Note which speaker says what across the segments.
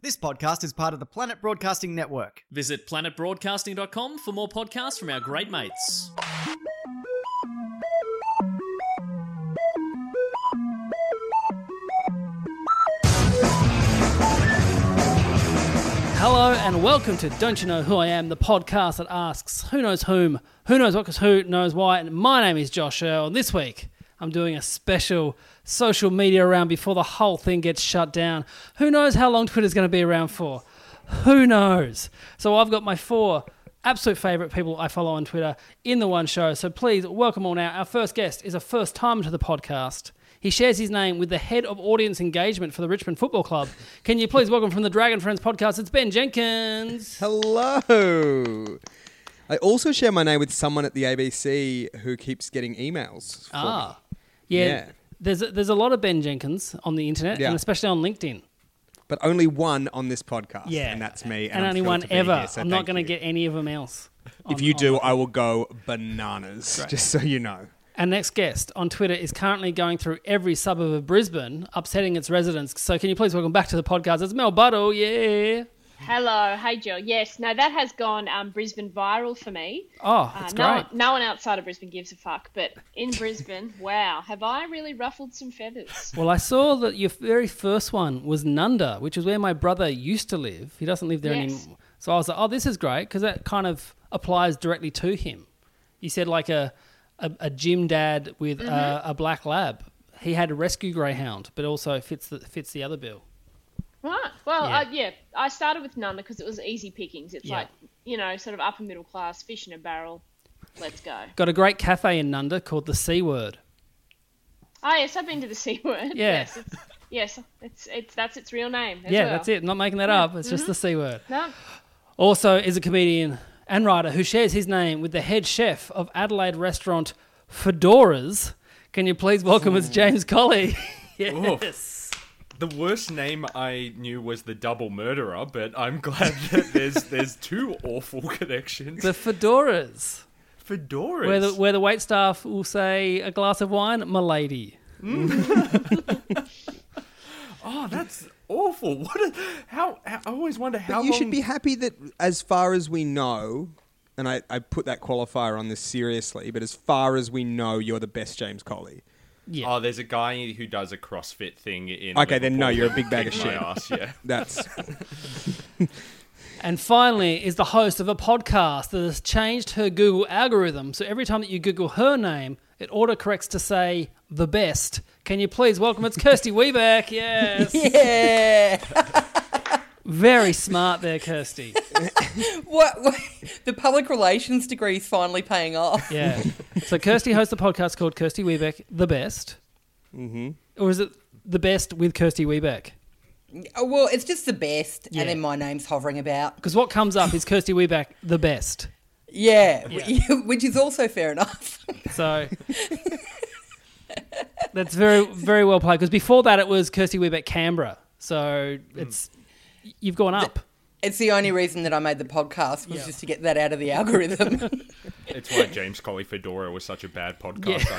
Speaker 1: This podcast is part of the Planet Broadcasting Network.
Speaker 2: Visit planetbroadcasting.com for more podcasts from our great mates.
Speaker 3: Hello and welcome to Don't You Know Who I Am, the podcast that asks who knows whom, who knows what, because who knows why. And my name is Josh Earl, and this week I'm doing a special social media round before the whole thing gets shut down. Who knows how long Twitter's going to be around for? Who knows? So I've got my four absolute favorite people I follow on Twitter in the one show. So please welcome all now. Our first guest is a first time to the podcast. He shares his name with the head of audience engagement for the Richmond Football Club. Can you please welcome from the Dragon Friends podcast? It's Ben Jenkins.
Speaker 4: Hello. I also share my name with someone at the ABC who keeps getting emails. For
Speaker 3: Ah,
Speaker 4: me.
Speaker 3: yeah.
Speaker 4: Yeah.
Speaker 3: There's a, there's a lot of Ben Jenkins on the internet
Speaker 4: Yeah.
Speaker 3: and especially on LinkedIn.
Speaker 4: but only one on this podcast. and that's me.
Speaker 3: And,
Speaker 4: I'm
Speaker 3: only
Speaker 4: thrilled
Speaker 3: one
Speaker 4: to be
Speaker 3: ever.
Speaker 4: here, so
Speaker 3: I'm not
Speaker 4: thank
Speaker 3: going to
Speaker 4: you.
Speaker 3: get any of them else.
Speaker 4: If you do, I will go bananas. Just so you know.
Speaker 3: Our next guest on Twitter is currently going through every suburb of Brisbane, upsetting its residents. So can you please welcome back to the podcast? It's Mel Buddle. Yeah.
Speaker 5: Hello, hey Jill. Yes, no, that has gone um, Brisbane viral for me.
Speaker 3: Oh,
Speaker 5: Uh,
Speaker 3: that's
Speaker 5: no,
Speaker 3: great.
Speaker 5: no one outside of Brisbane gives a fuck, but in Brisbane, wow, have I really ruffled some feathers?
Speaker 3: Well, I saw that your very first one was Nunda, which is where my brother used to live. He doesn't live there
Speaker 5: Yes.
Speaker 3: anymore. So I was like, oh, this is great because that kind of applies directly to him. You said like a a, a gym dad with
Speaker 5: Mm-hmm.
Speaker 3: a, a black lab. He had a rescue greyhound, but also fits the, fits the other bill.
Speaker 5: Right. Well,
Speaker 3: Yeah.
Speaker 5: yeah, I, yeah, I started with Nunda because it was easy pickings. It's
Speaker 3: Yeah.
Speaker 5: like you know, sort of upper middle class, fish in a barrel. Let's go.
Speaker 3: Got a great cafe in Nunda called the C Word.
Speaker 5: Oh yes, I've been to the C word.
Speaker 3: Yeah.
Speaker 5: Yes, it's, yes, it's it's that's its real name. as
Speaker 3: Yeah,
Speaker 5: well. Mm-hmm.
Speaker 3: that's it. I'm not making that up. It's just the C Word.
Speaker 5: No,
Speaker 3: Also, is a comedian and writer who shares his name with the head chef of Adelaide restaurant Fedoras. Can you please welcome us, James Colley? yes.
Speaker 6: The worst name I knew was the double murderer, but I'm glad that there's there's two awful connections.
Speaker 3: The Fedoras,
Speaker 6: fedoras.
Speaker 3: where the, where the wait staff will say, a glass of wine, milady.
Speaker 6: oh, that's awful. What? A, how, how? I always wonder how
Speaker 4: But you
Speaker 6: long.
Speaker 4: should be happy that, as far as we know, and I, I put that qualifier on this seriously, but as far as we know, you're the best James Colley.
Speaker 6: Oh, there's a guy who does a CrossFit thing in.
Speaker 4: Okay, then no,
Speaker 6: Liverpool
Speaker 4: you're a
Speaker 6: that
Speaker 4: big bag of
Speaker 6: kicked my
Speaker 4: shit.
Speaker 6: ass, yeah.
Speaker 4: That's
Speaker 3: And finally, is the host of a podcast that has changed her Google algorithm. So every time that you Google her name, it autocorrects to say the best. Can you please welcome? It's Kirsty Wiebeck. Yes.
Speaker 7: Yeah.
Speaker 3: Very smart there, Kirsty.
Speaker 7: What, what? The public relations degree is finally paying off.
Speaker 3: Yeah. So Kirsty hosts a podcast called Kirsty Wiebeck, The Best. Mm-hmm. Or is it The Best with Kirsty Wiebeck?
Speaker 7: Oh, well, it's just the best,
Speaker 3: Yeah.
Speaker 7: and then my name's hovering about.
Speaker 3: Because what comes up is Kirsty Wiebeck, The Best.
Speaker 7: Yeah, which is also fair enough.
Speaker 3: So that's very, very well played. Because before that, it was Kirsty Wiebeck, Canberra. So it's you've gone up.
Speaker 7: It's the only reason that I made the podcast was
Speaker 3: Yeah.
Speaker 7: just to get that out of the algorithm.
Speaker 6: It's why James Collie Fedora was such a bad podcast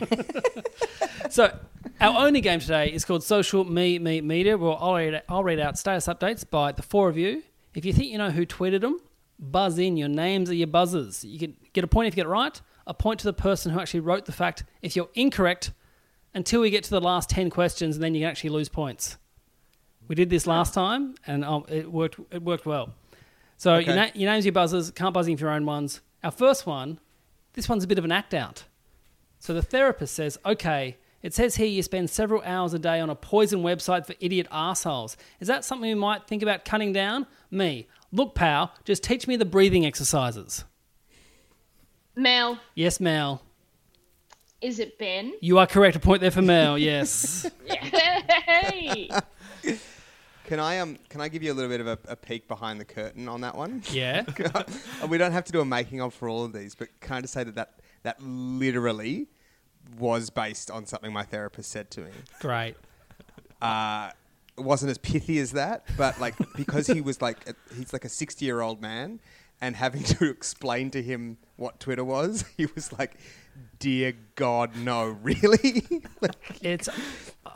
Speaker 6: idea.
Speaker 3: So our only game today is called Social Me Me Media. Well, I'll read, I'll read out status updates by the four of you. If you think you know who tweeted them, buzz in. Your names are your buzzers. You can get a point if you get it right. A point to the person who actually wrote the fact. If you're incorrect, until we get to the last ten questions, and then you can actually lose points. We did this last time, and um, it worked. It worked well. So your, na- your names, your buzzers. Can't buzz in for your own ones. Our first one. This one's a bit of an act out. So the therapist says, okay, it says here you spend several hours a day on a poison website for idiot assholes. Is that something you might think about cutting down? Me. Look, pal, just teach me the breathing exercises.
Speaker 5: Mel,
Speaker 3: Yes, Mel.
Speaker 5: is it Ben?
Speaker 3: You are correct. A point there for Mel, yes.
Speaker 5: Hey.
Speaker 4: Can I um can I give you a little bit of a, a peek behind the curtain on that one?
Speaker 3: Yeah.
Speaker 4: and we don't have to do a making of for all of these, but can I just say that that, that literally was based on something my therapist said to me.
Speaker 3: Great.
Speaker 4: It wasn't as pithy as that, but like because he was like a, he's like a sixty year old man, and having to explain to him what Twitter was, he was like, "Dear God, no, really." like,
Speaker 3: It's.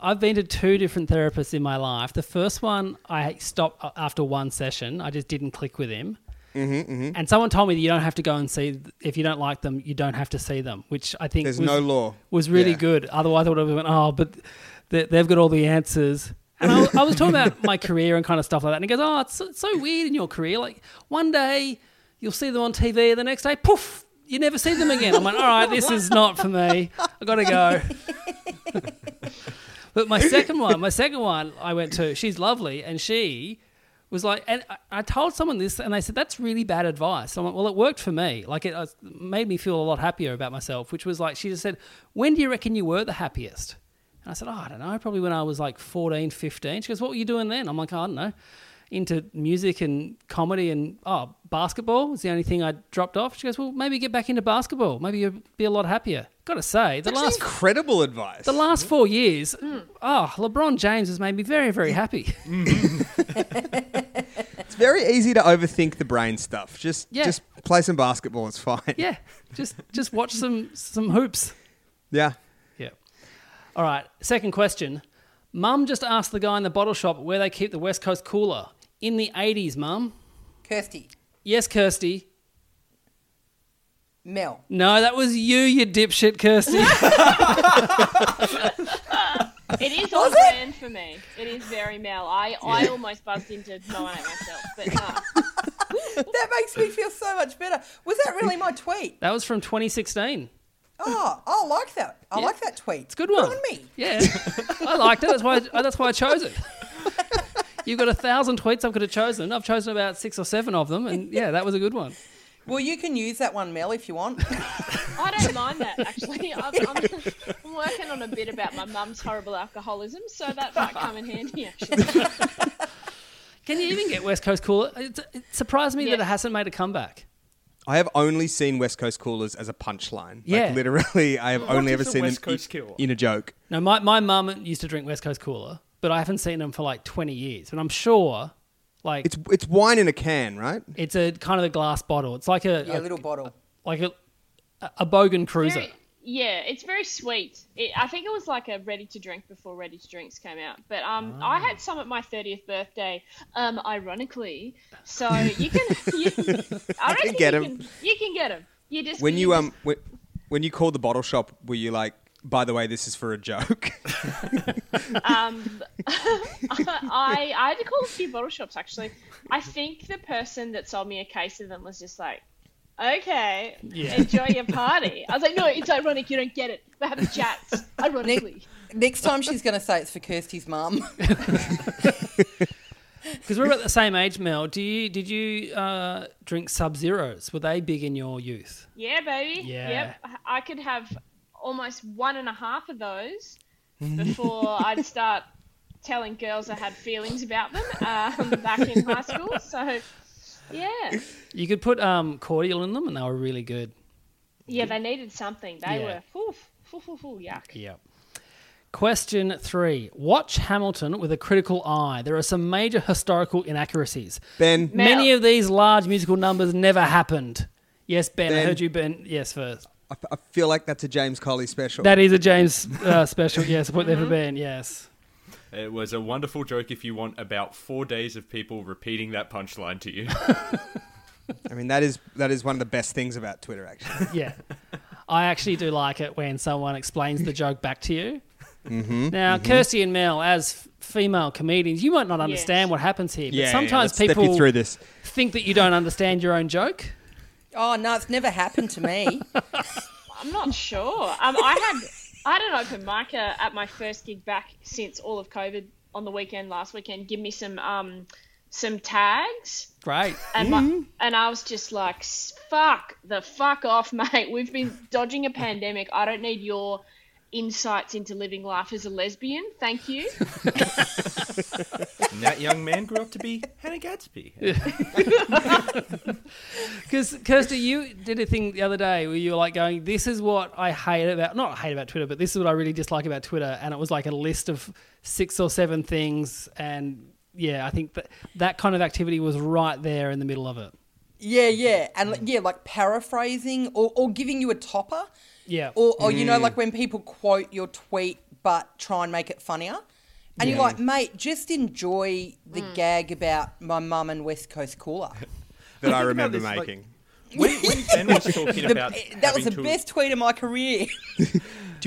Speaker 3: I've been to two different therapists in my life. The first one, I stopped a- after one session. I just didn't click with him. Mm-hmm, And someone told me that you don't have to go and see if you don't like them. You don't have to see them, which I think
Speaker 4: There's
Speaker 3: was,
Speaker 4: no law.
Speaker 3: was really
Speaker 4: Yeah.
Speaker 3: good. Otherwise, I would have went, oh, but they, they've got all the answers. And I, I was talking about my career and kind of stuff like that. And he goes, oh, it's, so- it's so weird in your career. Like one day you'll see them on TV, the next day, poof, you never see them again. I'm like, all right, this is not for me. I gotta go. But my second one, my second one, I went to. She's lovely, and she was like, and I, I told someone this, and they said that's really bad advice. I'm like, well, it worked for me. Like it, uh made me feel a lot happier about myself. Which was like, she just said, when do you reckon you were the happiest? And I said, oh, I don't know, probably when I was like 14, 15. She goes, what were you doing then? I'm like, "Oh, I don't know. Into music and comedy and oh, basketball was the only thing I dropped off. She goes, well, maybe get back into basketball. Maybe you'll be a lot happier. Got to say, the
Speaker 4: That's
Speaker 3: last
Speaker 4: incredible advice.
Speaker 3: the last four years,
Speaker 7: Hmm.
Speaker 3: oh, LeBron James has made me very, very happy.
Speaker 4: it's very easy to overthink the brain stuff. Just
Speaker 3: Yeah.
Speaker 4: just play some basketball. It's fine.
Speaker 3: yeah, just just watch some some hoops.
Speaker 4: Yeah.
Speaker 3: Yeah. All right. Second question. Mum just asked the guy in the bottle shop where they keep the West Coast cooler in the eighties. Mum.
Speaker 7: Kirsty,
Speaker 3: Yes, Kirsty.
Speaker 7: Mel.
Speaker 3: No, that was you, you dipshit, Kirsty.
Speaker 5: It is on brand for me. It is very Mel. I, I almost buzzed into Moana myself, but no.
Speaker 7: That makes me feel so much better. Was that really my tweet?
Speaker 3: that was from 2016.
Speaker 7: Oh, I like that. I like that tweet. It's
Speaker 3: Good one.
Speaker 7: on me.
Speaker 3: Yeah, I liked it. That's why. uh, That's why I chose it. You've got a thousand tweets I could have chosen. I've chosen about six or seven of them, and yeah, that was a good one.
Speaker 7: Well, you can use that one, Mel, if you want.
Speaker 5: I don't mind that, actually. I'm, I'm, I'm working on a bit about my mum's horrible alcoholism, so that might come in handy, actually.
Speaker 3: Can you even get West Coast Cooler? It, it surprised me
Speaker 5: Yeah.
Speaker 3: that it hasn't made a comeback.
Speaker 4: I have only seen West Coast coolers as a punchline.
Speaker 3: Yeah.
Speaker 4: Like literally, I have only
Speaker 6: is
Speaker 4: ever
Speaker 6: a
Speaker 4: seen
Speaker 6: West
Speaker 4: them
Speaker 6: Coast
Speaker 4: i-
Speaker 6: cooler?
Speaker 4: in a joke.
Speaker 3: No, my, my mum used to drink West Coast Cooler, but I haven't seen them for like 20 years. But I'm sure, like,
Speaker 4: It's
Speaker 3: it's,
Speaker 4: it's wine in a can, right?
Speaker 3: a kind of a glass bottle. It's like a,
Speaker 7: Yeah,
Speaker 3: a-
Speaker 7: little bottle.
Speaker 3: like a, a Bogan Cruiser.
Speaker 5: Very- yeah, it's very sweet. It, I think it was like a ready to drink before ready to drinks came out. But um,
Speaker 4: Ah.
Speaker 5: I had some at my thirtieth birthday. Um, ironically, so you can. You, I, reckon
Speaker 4: get 'em.
Speaker 5: you Can, you can get them. You just
Speaker 4: When you
Speaker 5: just-
Speaker 4: um when, when you called the bottle shop, were you like, by the way, this is for a joke?
Speaker 5: um, I I had to call a few bottle shops actually. I think the person that sold me a case of them was just like, "Okay, enjoy your party." I was like, "No, it's ironic. You don't get it. We're having chats ironically."
Speaker 7: Next time she's going to say it's for Kirsty's mum.
Speaker 3: Because we're about the same age, Mel. Do you did you uh, drink Sub Zeros? Were they big in your youth?
Speaker 5: Yeah, baby.
Speaker 3: Yeah.
Speaker 5: Yep. I could have almost one and a half of those before I'd start telling girls I had feelings about them um, back in high school. So, yeah.
Speaker 3: You could put um, cordial in them, and they were really good.
Speaker 5: Yeah, they needed something. They
Speaker 3: Yeah.
Speaker 5: were, whew, whew, whew, whew, yuck.
Speaker 3: Yep. Question three: Watch Hamilton with a critical eye. There are some major historical inaccuracies.
Speaker 4: ben,
Speaker 5: Mel.
Speaker 3: Many of these large musical numbers never happened. Yes, Ben, I
Speaker 4: Ben.
Speaker 3: heard you, Ben. Yes, first.
Speaker 4: I, f- I feel like that's a James Colley special.
Speaker 3: That is a James uh, special. Yes, put there for Ben. Yes.
Speaker 6: It was a wonderful joke if you want about four days of people repeating that punchline to you.
Speaker 4: I mean, that is that is one of the best things about Twitter, actually.
Speaker 3: Yeah. I actually do like it when someone explains the joke back to you.
Speaker 4: Mm-hmm.
Speaker 3: Now, Kirsty and Mel, as f- female comedians, you might not understand what happens here, but sometimes people
Speaker 4: step you through this.
Speaker 3: think that you don't understand your own joke.
Speaker 7: Oh, no, it's never happened to me.
Speaker 5: I'm not sure. Um, I had I had an open mic uh, at my first gig back since all of COVID on the weekend last weekend. Give me some um some tags.
Speaker 3: Great.
Speaker 5: And, my, and I was just like, "S- fuck the fuck off, mate. We've been dodging a pandemic. I don't need your insights into living life as a lesbian. Thank you.
Speaker 6: And that young man grew up to be Hannah Gadsby.
Speaker 3: Because Kirsty, you did a thing the other day where you were like going, "This is what I hate about not hate about Twitter, but this is what I really dislike about Twitter," and it was like a list of six or seven things, and yeah, I think that that kind of activity was right there in the middle of it.
Speaker 7: Yeah, yeah, and like, yeah, like paraphrasing or, or giving you a topper,
Speaker 3: Yeah,
Speaker 7: or, or you know, like when people quote your tweet but try and make it funnier, and you're like, mate, just enjoy the gag about my mum and West Coast cooler.
Speaker 4: that I
Speaker 6: about
Speaker 4: remember
Speaker 6: this, like-
Speaker 4: making.
Speaker 6: When, when Ben was talking
Speaker 7: The-
Speaker 6: about
Speaker 7: that was
Speaker 6: having
Speaker 7: the
Speaker 6: to-
Speaker 7: best tweet of my career.
Speaker 4: Do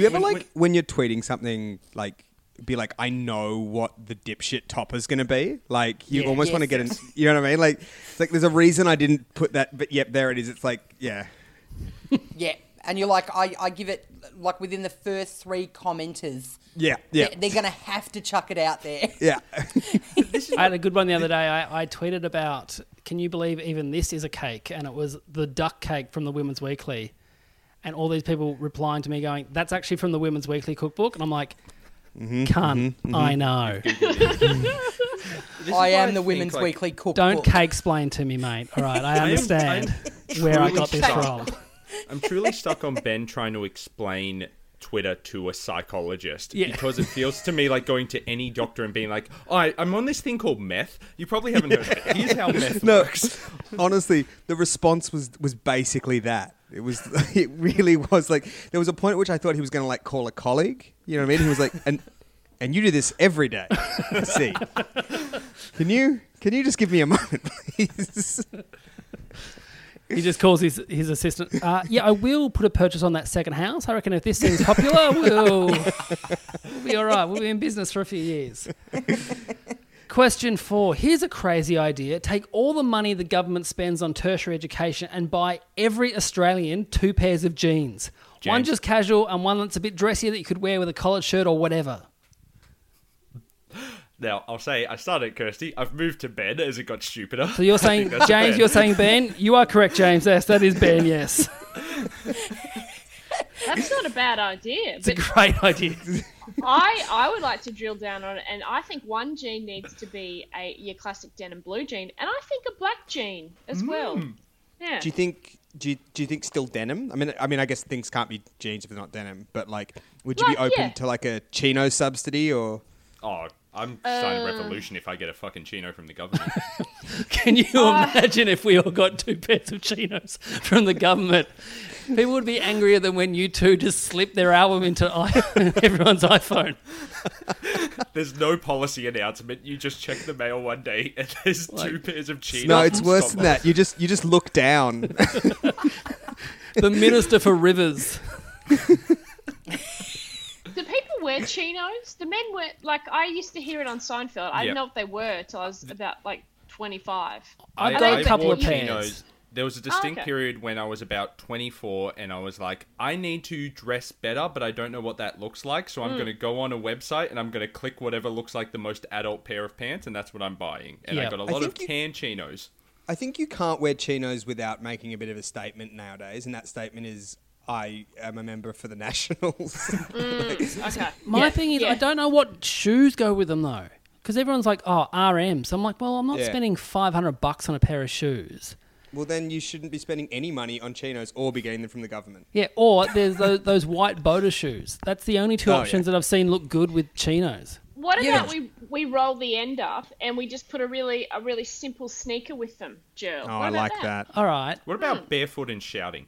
Speaker 4: you ever like when you're tweeting something like be like, I know what the dipshit topper's gonna be? Like you
Speaker 7: Yeah.
Speaker 4: almost want to
Speaker 7: Yes.
Speaker 4: get in you know what I mean? Like it's like there's a reason I didn't put that but yep, there it is. It's like, yeah.
Speaker 7: yeah, and you're like, I, I give it like within the first three commenters,
Speaker 4: Yeah, yeah.
Speaker 7: they're, they're gonna have to chuck it out there.
Speaker 4: yeah.
Speaker 3: I had a good one the other day. I, I tweeted about, "Can you believe even this is a cake?" And it was the duck cake from the Women's Weekly, and all these people replying to me going, "That's actually from the Women's Weekly cookbook," and I'm like, "Cunt, I know."
Speaker 6: This is
Speaker 7: I
Speaker 6: why
Speaker 7: am the
Speaker 6: think,
Speaker 7: Women's
Speaker 6: like,
Speaker 7: Weekly cookbook.
Speaker 3: Don't cake explain to me, mate. All right, I understand where I
Speaker 6: truly
Speaker 3: got this
Speaker 6: shocked.
Speaker 3: from.
Speaker 6: I'm truly stuck on Ben trying to explain Twitter to a psychologist
Speaker 3: Yeah.
Speaker 6: because it feels to me like going to any doctor and being like, I, I'm on this thing called meth. You probably haven't heard of it. Here's how meth
Speaker 4: No
Speaker 6: works.
Speaker 4: honestly, the response was was basically that. It was it really was like there was a point at which I thought he was gonna like call a colleague. You know what I mean? He was like and and you do this every day. I see. Can you can you just give me a moment, please?
Speaker 3: He just calls his his assistant. Uh, yeah, I will put a purchase on that second house. I reckon if this thing's popular, we'll, we'll be all right. We'll be in business for a few years. Question four. Here's a crazy idea. Take all the money the government spends on tertiary education and buy every Australian two pairs of jeans. One
Speaker 6: James.
Speaker 3: just casual and one that's a bit dressier that you could wear with a collared shirt or whatever.
Speaker 6: Now, I'll say I started Kirsty. I've moved to Ben as it got stupider.
Speaker 3: So you're saying, James, you're saying Ben? You are correct, James. Yes, that is Ben, yes.
Speaker 5: That's not a bad idea.
Speaker 3: It's a
Speaker 5: But
Speaker 3: great idea.
Speaker 5: I, I would like to drill down on it, and I think one jean needs to be a your classic denim blue jean, and I think a black jean as well. Yeah.
Speaker 4: Hmm. Do you think? Do you, do you think still denim? I mean, I mean, I guess things can't be jeans if they're not denim. But like, would you be
Speaker 5: Like,
Speaker 4: open
Speaker 5: yeah.
Speaker 4: to like a chino subsidy or?
Speaker 6: Oh, I'm starting a revolution if I get a fucking chino from the government.
Speaker 3: Can you imagine if we all got two pairs of chinos from the government? People would be angrier than when you two just slipped their album into i- everyone's iPhone.
Speaker 6: there's no policy announcement. You just check the mail one day and there's two pairs of chinos.
Speaker 4: No, it's worse than that. You just you just look down.
Speaker 3: The Minister for Rivers.
Speaker 5: Do people wear chinos? Do men wear like I used to hear it on Seinfeld. I
Speaker 6: Yep.
Speaker 5: didn't know what they were till I was about like twenty five.
Speaker 3: I've
Speaker 6: I-
Speaker 3: got
Speaker 6: I
Speaker 3: a couple
Speaker 6: wore
Speaker 3: of pairs.
Speaker 6: chinos. There was a distinct
Speaker 5: okay.
Speaker 6: period when I was about 24 and I was like, I need to dress better, but I don't know what that looks like. So I'm going to go on a website and I'm going to click whatever looks like the most adult pair of pants, and that's what I'm buying. And
Speaker 3: Yeah.
Speaker 6: I got a
Speaker 3: I
Speaker 6: lot of
Speaker 4: think you-
Speaker 6: tan chinos.
Speaker 4: I think you can't wear chinos without making a bit of a statement nowadays, and that statement is, "I am a member for the Nationals."
Speaker 5: Okay.
Speaker 3: My thing is, I
Speaker 5: yeah.
Speaker 3: don't know what shoes go with them though, because everyone's like, "Oh, RMs." I'm like, "Well, I'm not
Speaker 4: Yeah.
Speaker 3: spending 500 bucks on a pair of shoes."
Speaker 4: well, then you shouldn't be spending any money on chinos or be getting them from the government.
Speaker 3: Yeah, or there's those, those white boater shoes. That's the only two
Speaker 4: Oh,
Speaker 3: options
Speaker 4: yeah.
Speaker 3: that I've seen look good with chinos.
Speaker 5: What
Speaker 7: Yeah.
Speaker 5: about we we roll the end up and we just put a really a really simple sneaker with them, Jill?
Speaker 4: Oh,
Speaker 5: What
Speaker 4: I
Speaker 5: about
Speaker 4: like that.
Speaker 3: All right,
Speaker 6: What about barefoot and shouting?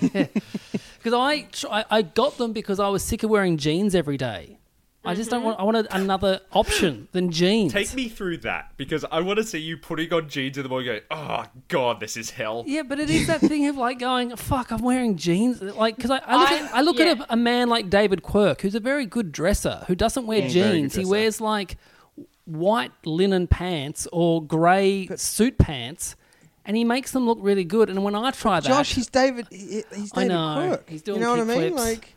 Speaker 3: because I, I I got them because I was sick of wearing jeans every day. I just don't
Speaker 4: Mm-hmm.
Speaker 3: want. I wanted another option than jeans.
Speaker 6: Take me through that because I want to see you putting on jeans in the morning going, oh, God, this is hell.
Speaker 3: yeah, but it is that thing of like going, fuck, I'm wearing jeans. Like, because I, I look, at,
Speaker 5: I-
Speaker 3: I look at
Speaker 5: yeah.
Speaker 3: a, a man like David Quirk, who's a very good dresser, who doesn't wear
Speaker 4: Mm, very good
Speaker 3: jeans. He
Speaker 4: dresser.
Speaker 3: wears like white linen pants or grey suit pants, and he makes them look really good. And when I try that,
Speaker 4: Josh, he's David. he- He's
Speaker 3: I
Speaker 4: David
Speaker 3: know.
Speaker 4: Quirk.
Speaker 3: He's doing
Speaker 4: you know what I mean?
Speaker 3: kickflips.
Speaker 4: Like,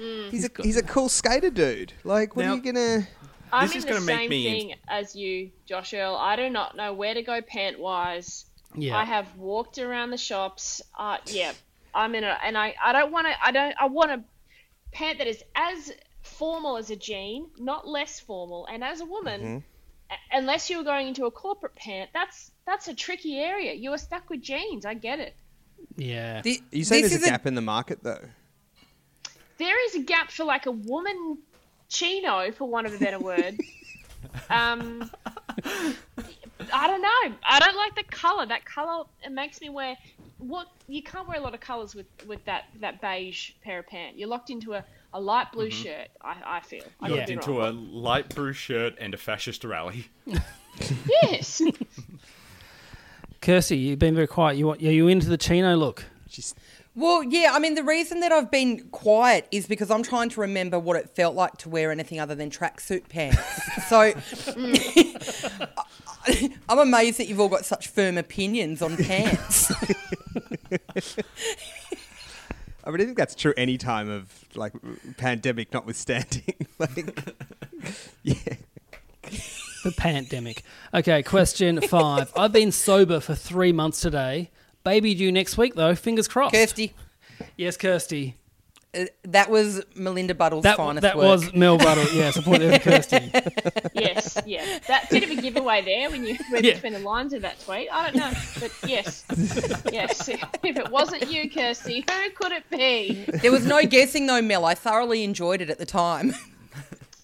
Speaker 4: Mm. he's, a he's a cool skater dude. Like, what
Speaker 6: Now-
Speaker 4: are you gonna?
Speaker 5: I'm
Speaker 6: This
Speaker 5: in
Speaker 6: is
Speaker 5: the
Speaker 6: gonna make
Speaker 5: same
Speaker 6: me in-
Speaker 5: thing as you, Josh Earl. I do not know where to go pant wise.
Speaker 3: yeah,
Speaker 5: I have walked around the shops. Uh, yeah, I'm in a, and I, I don't want to. I don't. I want to pant that is as formal as a jean, not less formal. And as a woman,
Speaker 6: Mm-hmm.
Speaker 5: a- unless you were going into a corporate pant, that's that's a tricky area. You are stuck with jeans. I get it.
Speaker 3: Yeah.
Speaker 7: Thi-
Speaker 4: You say
Speaker 7: this
Speaker 4: there's a
Speaker 7: is
Speaker 4: gap in the market though.
Speaker 5: There is a gap for like a woman chino, for want of a better word. um, I don't know. I don't like the color. That color it makes me wear. What you can't wear a lot of colors with with that that beige pair of pants. You're locked into a, a light blue shirt. I, I feel. I could
Speaker 3: Locked
Speaker 5: be
Speaker 6: Into
Speaker 5: wrong.
Speaker 6: a light blue shirt and a fascist rally.
Speaker 5: Yes.
Speaker 3: Kirsty, you've been very quiet. You want, are you into the chino look?
Speaker 4: She's
Speaker 7: Well, yeah, I mean, the reason that I've been quiet is because I'm trying to remember what it felt like to wear anything other than tracksuit pants. so I'm amazed that you've all got such firm opinions on pants.
Speaker 4: I mean, I think that's true any time of like pandemic notwithstanding. like, yeah,
Speaker 3: The pandemic. Okay, question five. I've been sober for three months today. Baby due next week, though. Fingers crossed.
Speaker 7: Kirsty,
Speaker 3: Yes, Kirsty.
Speaker 7: uh, that was Melinda Buttle's
Speaker 3: That,
Speaker 7: finest
Speaker 3: that
Speaker 7: work.
Speaker 3: was Mel Buttle. Yeah, support there for Kirsty.
Speaker 5: yes. Yeah. That bit of a giveaway there when you read
Speaker 3: Yeah.
Speaker 5: between the lines of that tweet. I don't know, but yes, yes. If it wasn't you, Kirsty, who could it be?
Speaker 7: There was no guessing though, Mel. I thoroughly enjoyed it at the time.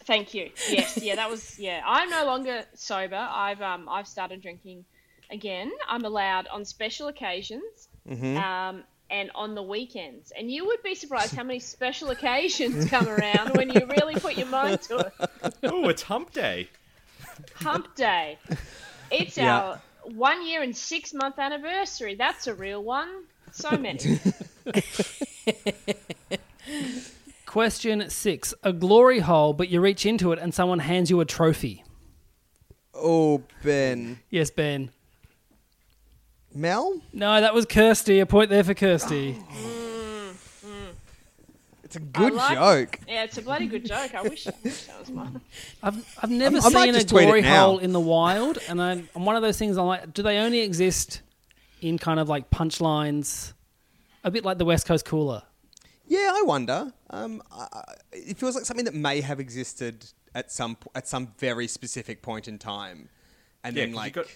Speaker 5: Thank you. Yes, yeah, that was yeah. I'm no longer sober. I've um I've started drinking again. I'm allowed on special occasions. Um and on the weekends. And you would be surprised how many special occasions come around when you really put your mind to it.
Speaker 6: Oh, it's hump day.
Speaker 5: Hump day. It's
Speaker 4: Yeah.
Speaker 5: our one year and six month anniversary. That's a real one. So many.
Speaker 3: Question six. A glory hole, but you reach into it and someone hands you a trophy.
Speaker 4: Oh, Ben.
Speaker 3: Yes, Ben.
Speaker 4: Mel?
Speaker 3: No, that was Kirsty. A point there for Kirsty.
Speaker 4: It's a good
Speaker 5: like it.
Speaker 4: joke.
Speaker 5: Yeah, it's a bloody good joke. I wish, I wish that was mine.
Speaker 3: I've, I've never
Speaker 4: I might
Speaker 3: seen a
Speaker 4: just tweet it
Speaker 3: glory
Speaker 4: now.
Speaker 3: hole in the wild, and I'm, I'm one of those things. I'm like, do they only exist in kind of like punchlines? A bit like the West Coast cooler.
Speaker 4: Yeah, I wonder. Um, I, I- it feels like something that may have existed at some po- at some very specific point in time, and
Speaker 6: Yeah,
Speaker 4: then
Speaker 6: 'cause you
Speaker 4: like
Speaker 6: got-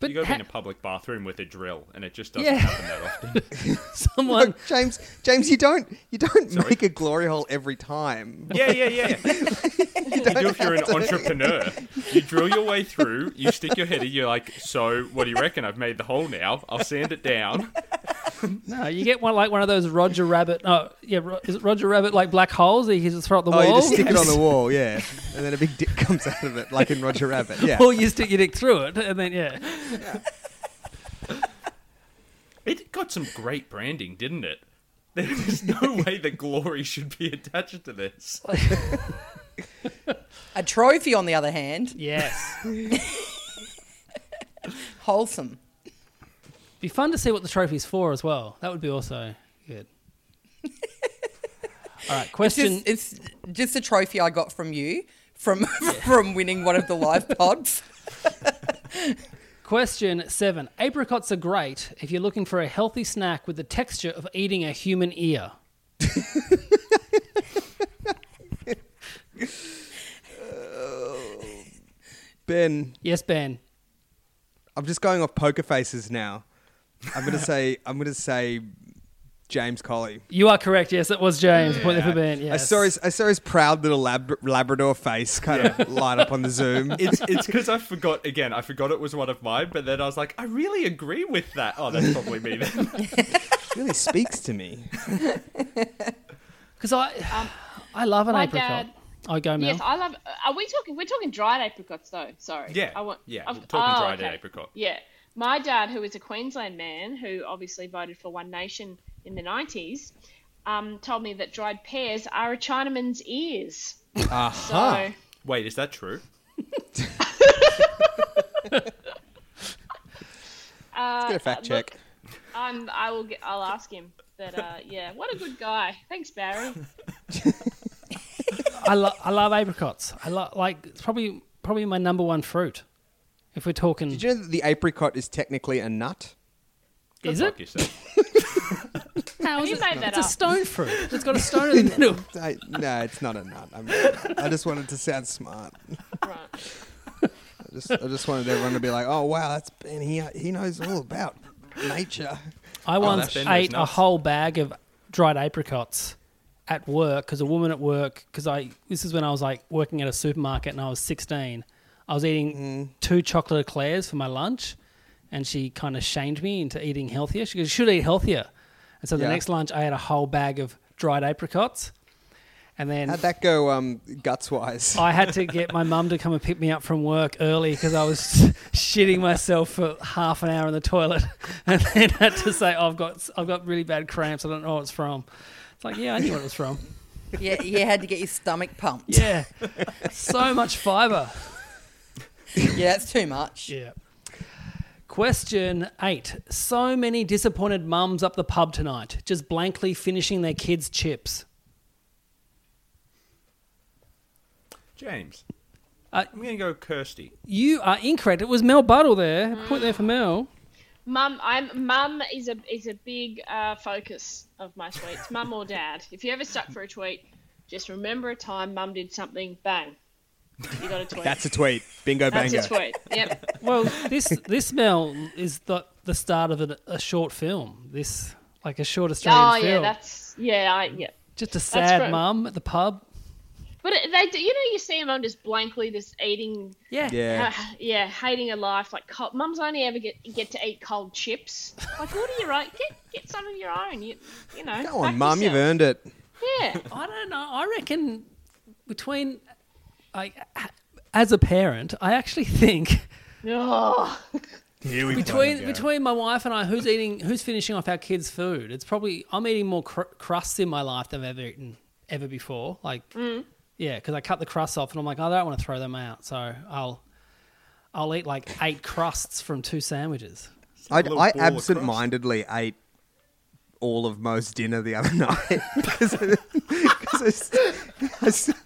Speaker 3: But
Speaker 6: you go
Speaker 3: ha-
Speaker 6: in a public bathroom with a drill, and it just doesn't
Speaker 3: Yeah.
Speaker 6: happen that often.
Speaker 3: someone,
Speaker 4: oh, James, James, you don't you don't make a glory hole every time.
Speaker 6: Yeah, yeah, yeah. you do if you're an entrepreneur. You drill your way through, you stick your head in, you're like, so what do you reckon? I've made the hole now. I'll sand it down.
Speaker 3: no, you get one like one of those Roger Rabbit. Oh, yeah, Ro- is it Roger Rabbit like black holes that you just throw up the
Speaker 4: Oh,
Speaker 3: wall?
Speaker 4: you just stick it on the wall, yeah, and then a big dick comes out of it, like in Roger Rabbit. Yeah,
Speaker 3: Or you stick your dick through it, and then yeah,
Speaker 6: It got some great branding, didn't it? There's no way the glory should be attached to this.
Speaker 7: A trophy, on the other hand,
Speaker 3: yes.
Speaker 7: wholesome.
Speaker 3: Be fun to see what the trophy's for as well. That would be also good. All right, question.
Speaker 7: Just, it's just a trophy I got from you from from winning one of the live pods.
Speaker 3: Question seven. Apricots are great if you're looking for a healthy snack with the texture of eating a human ear.
Speaker 4: Ben,
Speaker 3: Yes, Ben.
Speaker 4: I'm just going off poker faces now. I'm gonna say I'm gonna say James Collie.
Speaker 3: You are correct. Yes, it was James. Point there for Ben. Yes.
Speaker 4: I saw his I saw his proud little lab, Labrador face kind of light up on the Zoom.
Speaker 6: It's it's because I forgot again. I forgot it was one of mine, but then I was like, I really agree with that. Oh, that's probably me then.
Speaker 4: really speaks to me.
Speaker 3: Because I, I love an
Speaker 5: Um, my
Speaker 3: apricot.
Speaker 5: dad-
Speaker 3: I go, Mel.
Speaker 5: Yes, I love. Are we talking? We're talking dried apricots, though. Sorry.
Speaker 6: Yeah,
Speaker 5: I want.
Speaker 6: yeah,
Speaker 5: I've-
Speaker 6: we're talking
Speaker 5: oh,
Speaker 6: dried
Speaker 5: okay.
Speaker 6: apricot.
Speaker 5: Yeah, my dad, who is a Queensland man, who obviously voted for One Nation in the nineties, um, told me that dried pears are a Chinaman's ears.
Speaker 4: Uh-huh.
Speaker 5: So
Speaker 6: Wait, is that true?
Speaker 4: Get a fact check.
Speaker 5: I'm. Um, I will. Get, I'll ask him. But uh, yeah, what a good guy. Thanks, Barry.
Speaker 3: I, lo- I love apricots. I lo- like it's probably probably my number one fruit. If we're talking,
Speaker 4: Did you know that the apricot is technically a nut?
Speaker 3: is
Speaker 6: Fuck
Speaker 3: it?
Speaker 6: yourself.
Speaker 3: How is
Speaker 5: You
Speaker 3: it?
Speaker 5: made that
Speaker 3: It's a
Speaker 5: up.
Speaker 3: stone fruit. It's got a stone in the middle.
Speaker 4: I, no, it's not a nut. I'm not. I just wanted to sound smart.
Speaker 5: Right.
Speaker 4: I just, I just wanted everyone to be like, oh wow, that's and he he knows all about nature. Oh,
Speaker 3: I once
Speaker 6: Ben knows
Speaker 3: ate a
Speaker 6: nuts.
Speaker 3: whole bag of dried apricots at work because a woman at work because I this is when I was like working at a supermarket and I was 16. I was eating
Speaker 4: Mm.
Speaker 3: two chocolate eclairs for my lunch, and she kind of shamed me into eating healthier. She goes, "You should eat healthier." And so the
Speaker 4: Yeah.
Speaker 3: next lunch, I had a whole bag of dried apricots, and then
Speaker 4: How'd that go, um, guts wise?
Speaker 3: I had to get my mum to come and pick me up from work early because I was shitting myself for half an hour in the toilet, and then had to say, oh, "I've got I've got really bad cramps. I don't know what it's from." It's like, yeah, I knew what it was from.
Speaker 7: Yeah, you had to get your stomach pumped. Yeah,
Speaker 3: Yeah, so much fiber.
Speaker 7: it's too much.
Speaker 3: Yeah. Question eight: So many disappointed mums up the pub tonight, just blankly finishing their kids' chips.
Speaker 6: James.
Speaker 3: Uh,
Speaker 6: I'm going to go Kirsty.
Speaker 3: You are incorrect. It was Mel Buttle there. Put there for Mel.
Speaker 5: Mum, I'm mum is a is a big uh, focus of my tweets. mum or dad. If you ever stuck for a tweet, just remember a time mum did something. Bang, you got a tweet.
Speaker 4: That's a tweet. Bingo,
Speaker 5: That's
Speaker 4: bango.
Speaker 5: a tweet. Yep.
Speaker 3: Well, this this Mel is the the start of a, a short film. This like a short Australian
Speaker 5: oh yeah,
Speaker 3: film.
Speaker 5: that's yeah, I, yeah.
Speaker 3: Just a sad
Speaker 5: true.
Speaker 3: mum at the pub.
Speaker 5: But it, they, do- you know, you see a mum just blankly just eating,
Speaker 3: Yeah.
Speaker 4: Yeah.
Speaker 5: uh, yeah, hating her life. Like cold, mums only ever get get to eat cold chips. Like order your own, get get some of your own. You you know.
Speaker 4: Go
Speaker 5: back
Speaker 4: on, mum, you've
Speaker 5: yourself.
Speaker 4: earned it.
Speaker 5: Yeah.
Speaker 3: I don't know. I reckon between like as a parent, I actually think
Speaker 5: Oh,
Speaker 4: Here we
Speaker 3: between between my wife and I, who's eating, who's finishing off our kids' food? It's probably I'm eating more cr- crusts in my life than I've ever eaten ever before. Like, yeah, because I cut the crusts off and I'm like, "Oh, I don't want to throw them out, so I'll I'll eat like eight crusts from two sandwiches.
Speaker 4: I,
Speaker 6: little
Speaker 4: I
Speaker 6: ball across.
Speaker 4: absent-mindedly ate all of Mo's dinner the other night because I, s- I s-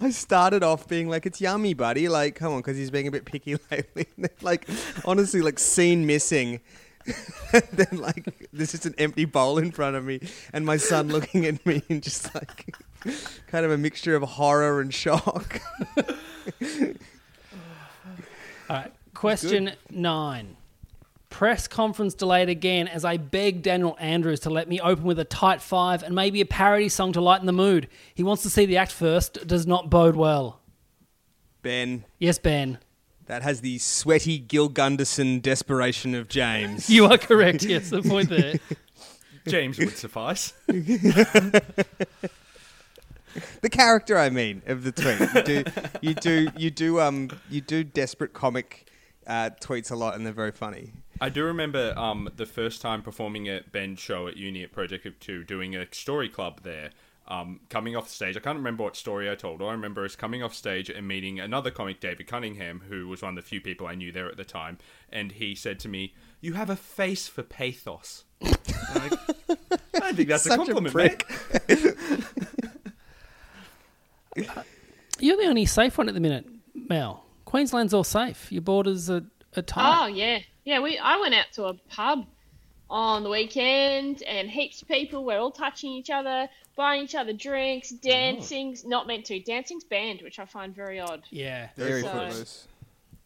Speaker 4: I started off being like, "It's yummy, buddy." Like, come on, because he's being a bit picky lately. And then, like, honestly, like scene missing. then like there's just an empty bowl in front of me and my son looking at me and just like kind of a mixture of horror and shock
Speaker 3: All right. Question nine. Press conference delayed again as I begged Daniel Andrews to let me open with a tight five and maybe a parody song to lighten the mood. He wants to see the act first, does not bode well.
Speaker 4: ben
Speaker 3: Yes, Ben.
Speaker 4: that has the sweaty gil gunderson desperation of james
Speaker 3: You are correct. Yes, the point there.
Speaker 6: James would suffice.
Speaker 4: the character I mean of the tweet. You do you do you do um you do desperate comic uh, tweets a lot and they're very funny.
Speaker 6: I do remember um, the first time performing at Ben's show at uni at Project of Two, doing a story club there. Um, coming off stage, I can't remember what story I told. All I remember is coming off stage and meeting another comic, David Cunningham, who was one of the few people I knew there at the time. And he said to me, "You have a face for pathos." And I, I think that's a
Speaker 4: Such a
Speaker 6: compliment,
Speaker 4: prick.
Speaker 6: mate.
Speaker 3: You're the only safe one at the minute, Mel. Queensland's all safe. Your borders are, are tight.
Speaker 5: oh yeah, yeah. We I went out to a pub on the weekend, and heaps of people. We're all touching each other, buying each other drinks,
Speaker 4: Oh.
Speaker 5: dancing. Not meant to. Dancing's banned, which I find very odd.
Speaker 3: Yeah.
Speaker 4: Very
Speaker 5: So-
Speaker 4: footloose.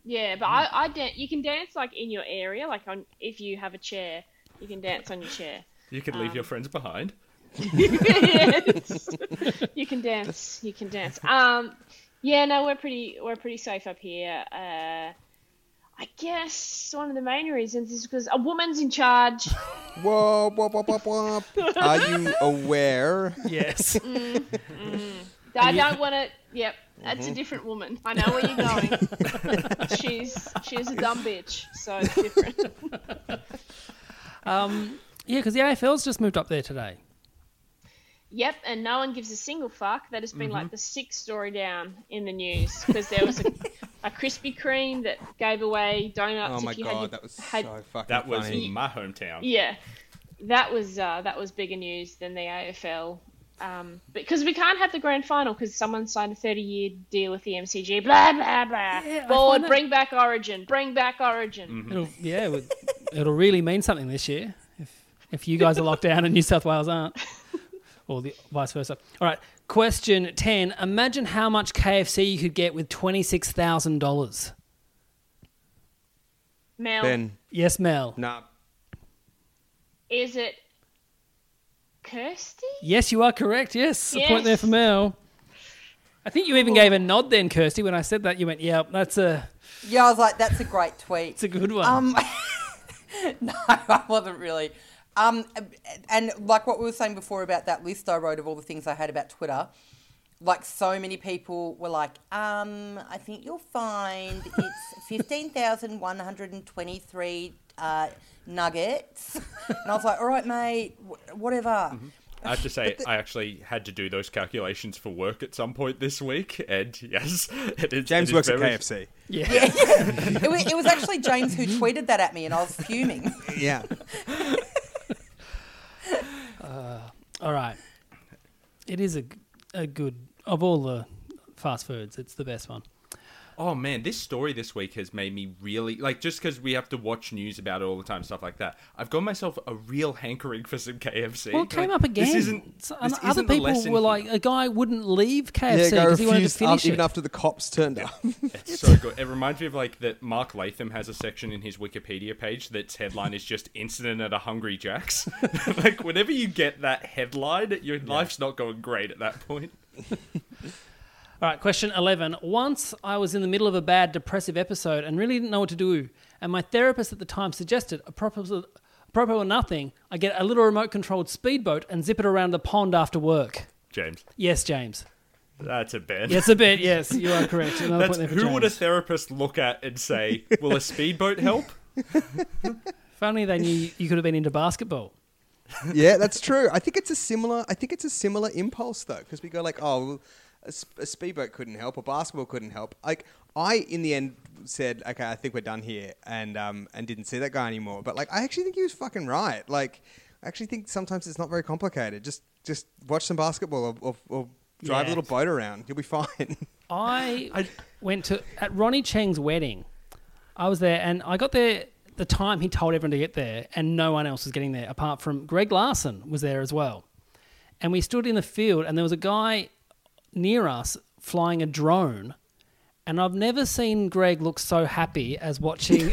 Speaker 5: Yeah, but
Speaker 4: Mm.
Speaker 5: I, I dan- you can dance like in your area, like on if you have a chair, you can dance on your chair.
Speaker 6: You could
Speaker 7: Um,
Speaker 6: leave your friends behind.
Speaker 5: Yes. you can dance. You can dance. Um, yeah, no, we're pretty we're pretty safe up here. Uh, I guess one of the main reasons is because a woman's in charge.
Speaker 4: Whoa, whoa, whoa, whoa, whoa. Are you aware?
Speaker 3: Yes.
Speaker 5: I don't want to. Yep, that's
Speaker 4: Mm-hmm.
Speaker 5: a different woman. I know where you're going. she's she's a dumb bitch, so it's different.
Speaker 3: yeah, because the AFL's just moved up there today.
Speaker 5: Yep, and no one gives a single fuck. That has been
Speaker 4: Mm-hmm.
Speaker 5: like the sixth story down in the news because there was a, a Krispy Kreme that gave away donuts.
Speaker 4: Oh my
Speaker 5: if you had your-
Speaker 4: god, that was
Speaker 5: had-
Speaker 4: so fucking
Speaker 6: That was
Speaker 4: funny.
Speaker 6: in my hometown.
Speaker 5: yeah, that was uh, that was bigger news than the AFL um, because we can't have the grand final because someone signed a thirty-year deal with the MCG. Blah blah blah.
Speaker 3: Yeah, I
Speaker 5: Board,
Speaker 3: find that-
Speaker 5: bring back Origin, bring back Origin.
Speaker 3: Mm-hmm. Mm. It'll, yeah, it would- it'll really mean something this year. If if you guys are locked down and New South Wales aren't, or the vice versa. All right, question ten. Imagine how much KFC you could get with twenty six thousand dollars.
Speaker 5: Mel,
Speaker 4: Ben,
Speaker 3: Yes, Mel.
Speaker 4: nah.
Speaker 5: is it Kirsty?
Speaker 3: Yes, you are correct. Yes, a point
Speaker 5: Yes.
Speaker 3: there for Mel. I think you even gave a nod then, Kirsty, when I said that. You went, "Yeah, that's a
Speaker 7: Yeah, I was like, that's a great tweet.
Speaker 3: it's a good one."
Speaker 7: Um, no, I wasn't really. Um, and like what we were saying before about that list I wrote of all the things I had about Twitter, like so many people were like, um, I think you'll find it's 15,123 uh, nuggets. And I was like, all right, mate, wh- whatever.
Speaker 6: Mm-hmm. I have to say, I actually had to do those calculations for work at some point this week, and yes, it is. it
Speaker 4: James
Speaker 6: is
Speaker 4: works at
Speaker 6: very-
Speaker 4: KFC.
Speaker 7: It, was, it was actually James who tweeted that at me, and I was fuming.
Speaker 4: Yeah.
Speaker 3: All right, it is a, g- a good of all the fast foods. It's the best one.
Speaker 6: Oh man, this story this week has made me really like just because we have to watch news about it all the time, stuff like that. I've got myself a real hankering for some KFC.
Speaker 3: Well, it came
Speaker 6: Like,
Speaker 3: up again.
Speaker 6: This isn't.
Speaker 3: So- and
Speaker 6: this
Speaker 3: other
Speaker 6: isn't the
Speaker 3: people
Speaker 6: lesson
Speaker 3: were
Speaker 6: here.
Speaker 3: like, a guy wouldn't leave KFC
Speaker 4: yeah,
Speaker 3: because he wanted to
Speaker 4: refused
Speaker 3: finish
Speaker 4: even
Speaker 3: it.
Speaker 4: after the cops turned up.
Speaker 6: It's so good. It reminds me of like that Mark Latham has a section in his Wikipedia page that's headline is just incident at a Hungry Jack's. like whenever you get that headline, your life's not going great at that point.
Speaker 3: All right, question 11. Once I was in the middle of a bad depressive episode and really didn't know what to do, and my therapist at the time suggested, apropos, apropos of nothing, I get a little remote controlled speedboat and zip it around the pond after work.
Speaker 6: James,
Speaker 3: Yes, James.
Speaker 6: that's a bad.
Speaker 3: Yes, a bit. Yes, you are correct. Another
Speaker 6: That's,
Speaker 3: point there for
Speaker 6: who would a
Speaker 3: James.
Speaker 6: therapist look at and say, "Will a speedboat help?"
Speaker 3: If only they knew you could have been into basketball.
Speaker 4: yeah, that's true. I think it's a similar. I think it's a similar impulse though, because we go like, oh, well, a, sp- a speedboat couldn't help, a basketball couldn't help. Like I, in the end, said, okay, I think we're done here, and um, and didn't see that guy anymore. But like, I actually think he was fucking right. Like, I actually think sometimes it's not very complicated. Just just watch some basketball or, or, or drive
Speaker 3: Yeah.
Speaker 4: a little boat around. You'll be fine.
Speaker 3: I, went to at Ronnie Cheng's wedding. I was there, and I got there the time he told everyone to get there, and no one else was getting there apart from Greg Larson was there as well. And we stood in the field, and there was a guy near us flying a drone, and I've never seen Greg look so happy as watching.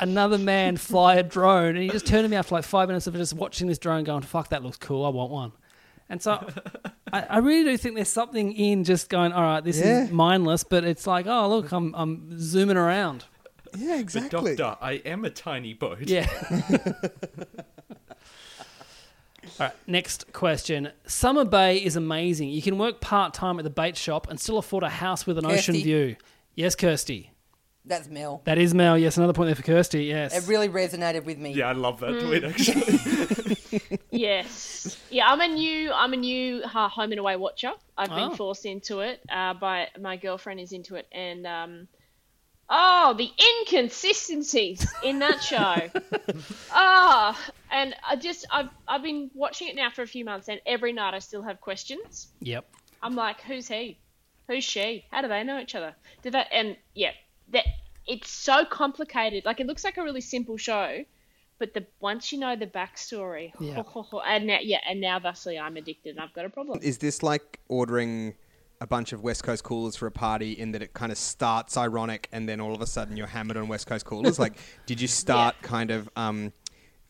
Speaker 3: Another man fly a drone, and he just turned me after like five minutes of just watching this drone going, "Fuck, that looks cool. I want one." And so I, I really do think there's something in just going, all right, this
Speaker 4: Yeah.
Speaker 3: is mindless, but it's like, oh, look, I'm, I'm zooming around.
Speaker 4: yeah, exactly.
Speaker 6: Doctor, I am a tiny boat.
Speaker 3: Yeah. all right, next question. Summer Bay is amazing. You can work part time at the bait shop and still afford a house with an ocean
Speaker 7: Kirsty.
Speaker 3: view. Yes, Kirsty.
Speaker 7: That's Mel.
Speaker 3: That is Mel. Yes, another point there for Kirsty. Yes.
Speaker 7: It really resonated with me.
Speaker 6: Yeah, I love
Speaker 4: Hmm.
Speaker 6: that tweet actually.
Speaker 5: Yes. Yeah, I'm a new I'm a new uh, home and away watcher. I've
Speaker 3: Oh.
Speaker 5: been forced into it uh, by my girlfriend is into it, and um, oh, the inconsistencies in that show. Ah, and I just I've I've been watching it now for a few months, and every night I still have questions.
Speaker 3: Yep.
Speaker 5: I'm like, who's he? Who's she? How do they know each other? Did that? And yeah, that it's so complicated. Like it looks like a really simple show, but the once you know the backstory,
Speaker 3: Yeah.
Speaker 5: and now, yeah, and now thusly I'm addicted and I've got a problem.
Speaker 4: Is this like ordering a bunch of West Coast coolers for a party in that it kind of starts ironic and then all of a sudden you're hammered on West Coast coolers? like, did you start kind of, um,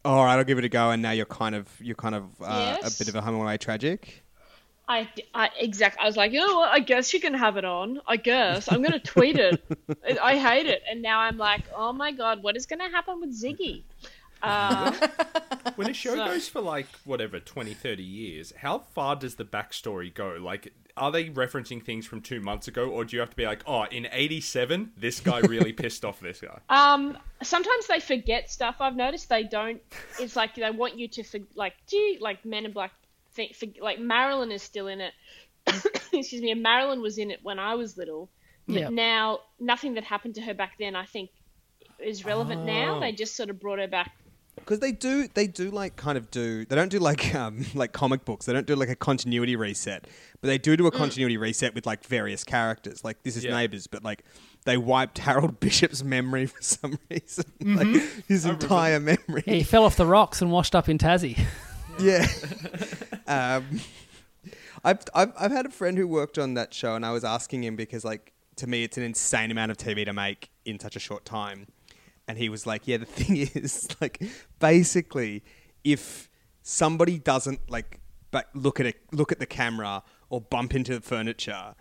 Speaker 4: oh, all right, I'll give it a go, and now you're kind of you're kind of uh,
Speaker 5: Yes.
Speaker 4: a bit of a home and away tragic?
Speaker 5: I, I exactly. I was like, you know what? I guess you can have it on. I guess I'm gonna tweet it. I- I hate it, and now I'm like, oh my god, what is gonna happen with Ziggy? Uh,
Speaker 6: when a show
Speaker 5: So-
Speaker 6: goes for like whatever 20 30 years how far does the backstory go like are they referencing things from two months ago or do you have to be like oh in 87 this guy really pissed off this guy
Speaker 4: Uh,
Speaker 5: Um, sometimes they forget stuff. I've noticed they don't. It's like they want you to for, like do you, like Men in Black. Think, for, like Marilyn is still in it. Excuse me. And Marilyn was in it when I was little. But
Speaker 3: Yep.
Speaker 5: now nothing that happened to her back then, I think, is relevant now. They just sort of brought her back
Speaker 4: because they do they do like kind of do they don't do like um like comic books they don't do like a continuity reset but they do do a continuity reset with like various characters like this is
Speaker 6: Yeah.
Speaker 4: neighbors but like they wiped Harold Bishop's memory for some reason like his entire memory
Speaker 3: Yeah, he fell off the rocks and washed up in Tassie.
Speaker 4: yeah. um, I've, I've, I've had a friend who worked on that show, and I was asking him because, like, to me, it's an insane amount of TV to make in such a short time. And he was like, Yeah, the thing is, like, basically, if somebody doesn't, like, but look at it, look at the camera or bump into the furniture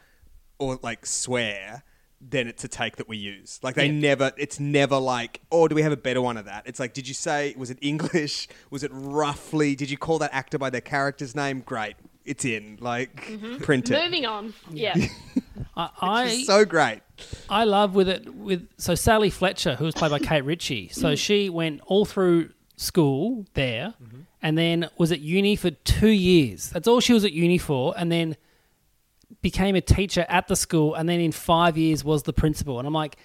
Speaker 4: or, like, swear, then it's a take that we use. Like, they never, it's never like, oh, do we have a better one of that? It's like, did you say, was it English? Was it roughly, did you call that actor by their character's name? Great. It's in, like,
Speaker 3: Mm-hmm.
Speaker 4: print it.
Speaker 5: Moving on. Yeah.
Speaker 3: I, I
Speaker 4: It's so great.
Speaker 3: I love with it with so Sally Fletcher, who was played by Kate Ritchie. So she went all through school there, and then was at uni for two years. That's all she was at uni for, and then became a teacher at the school, and then in five years was the principal. And I'm like,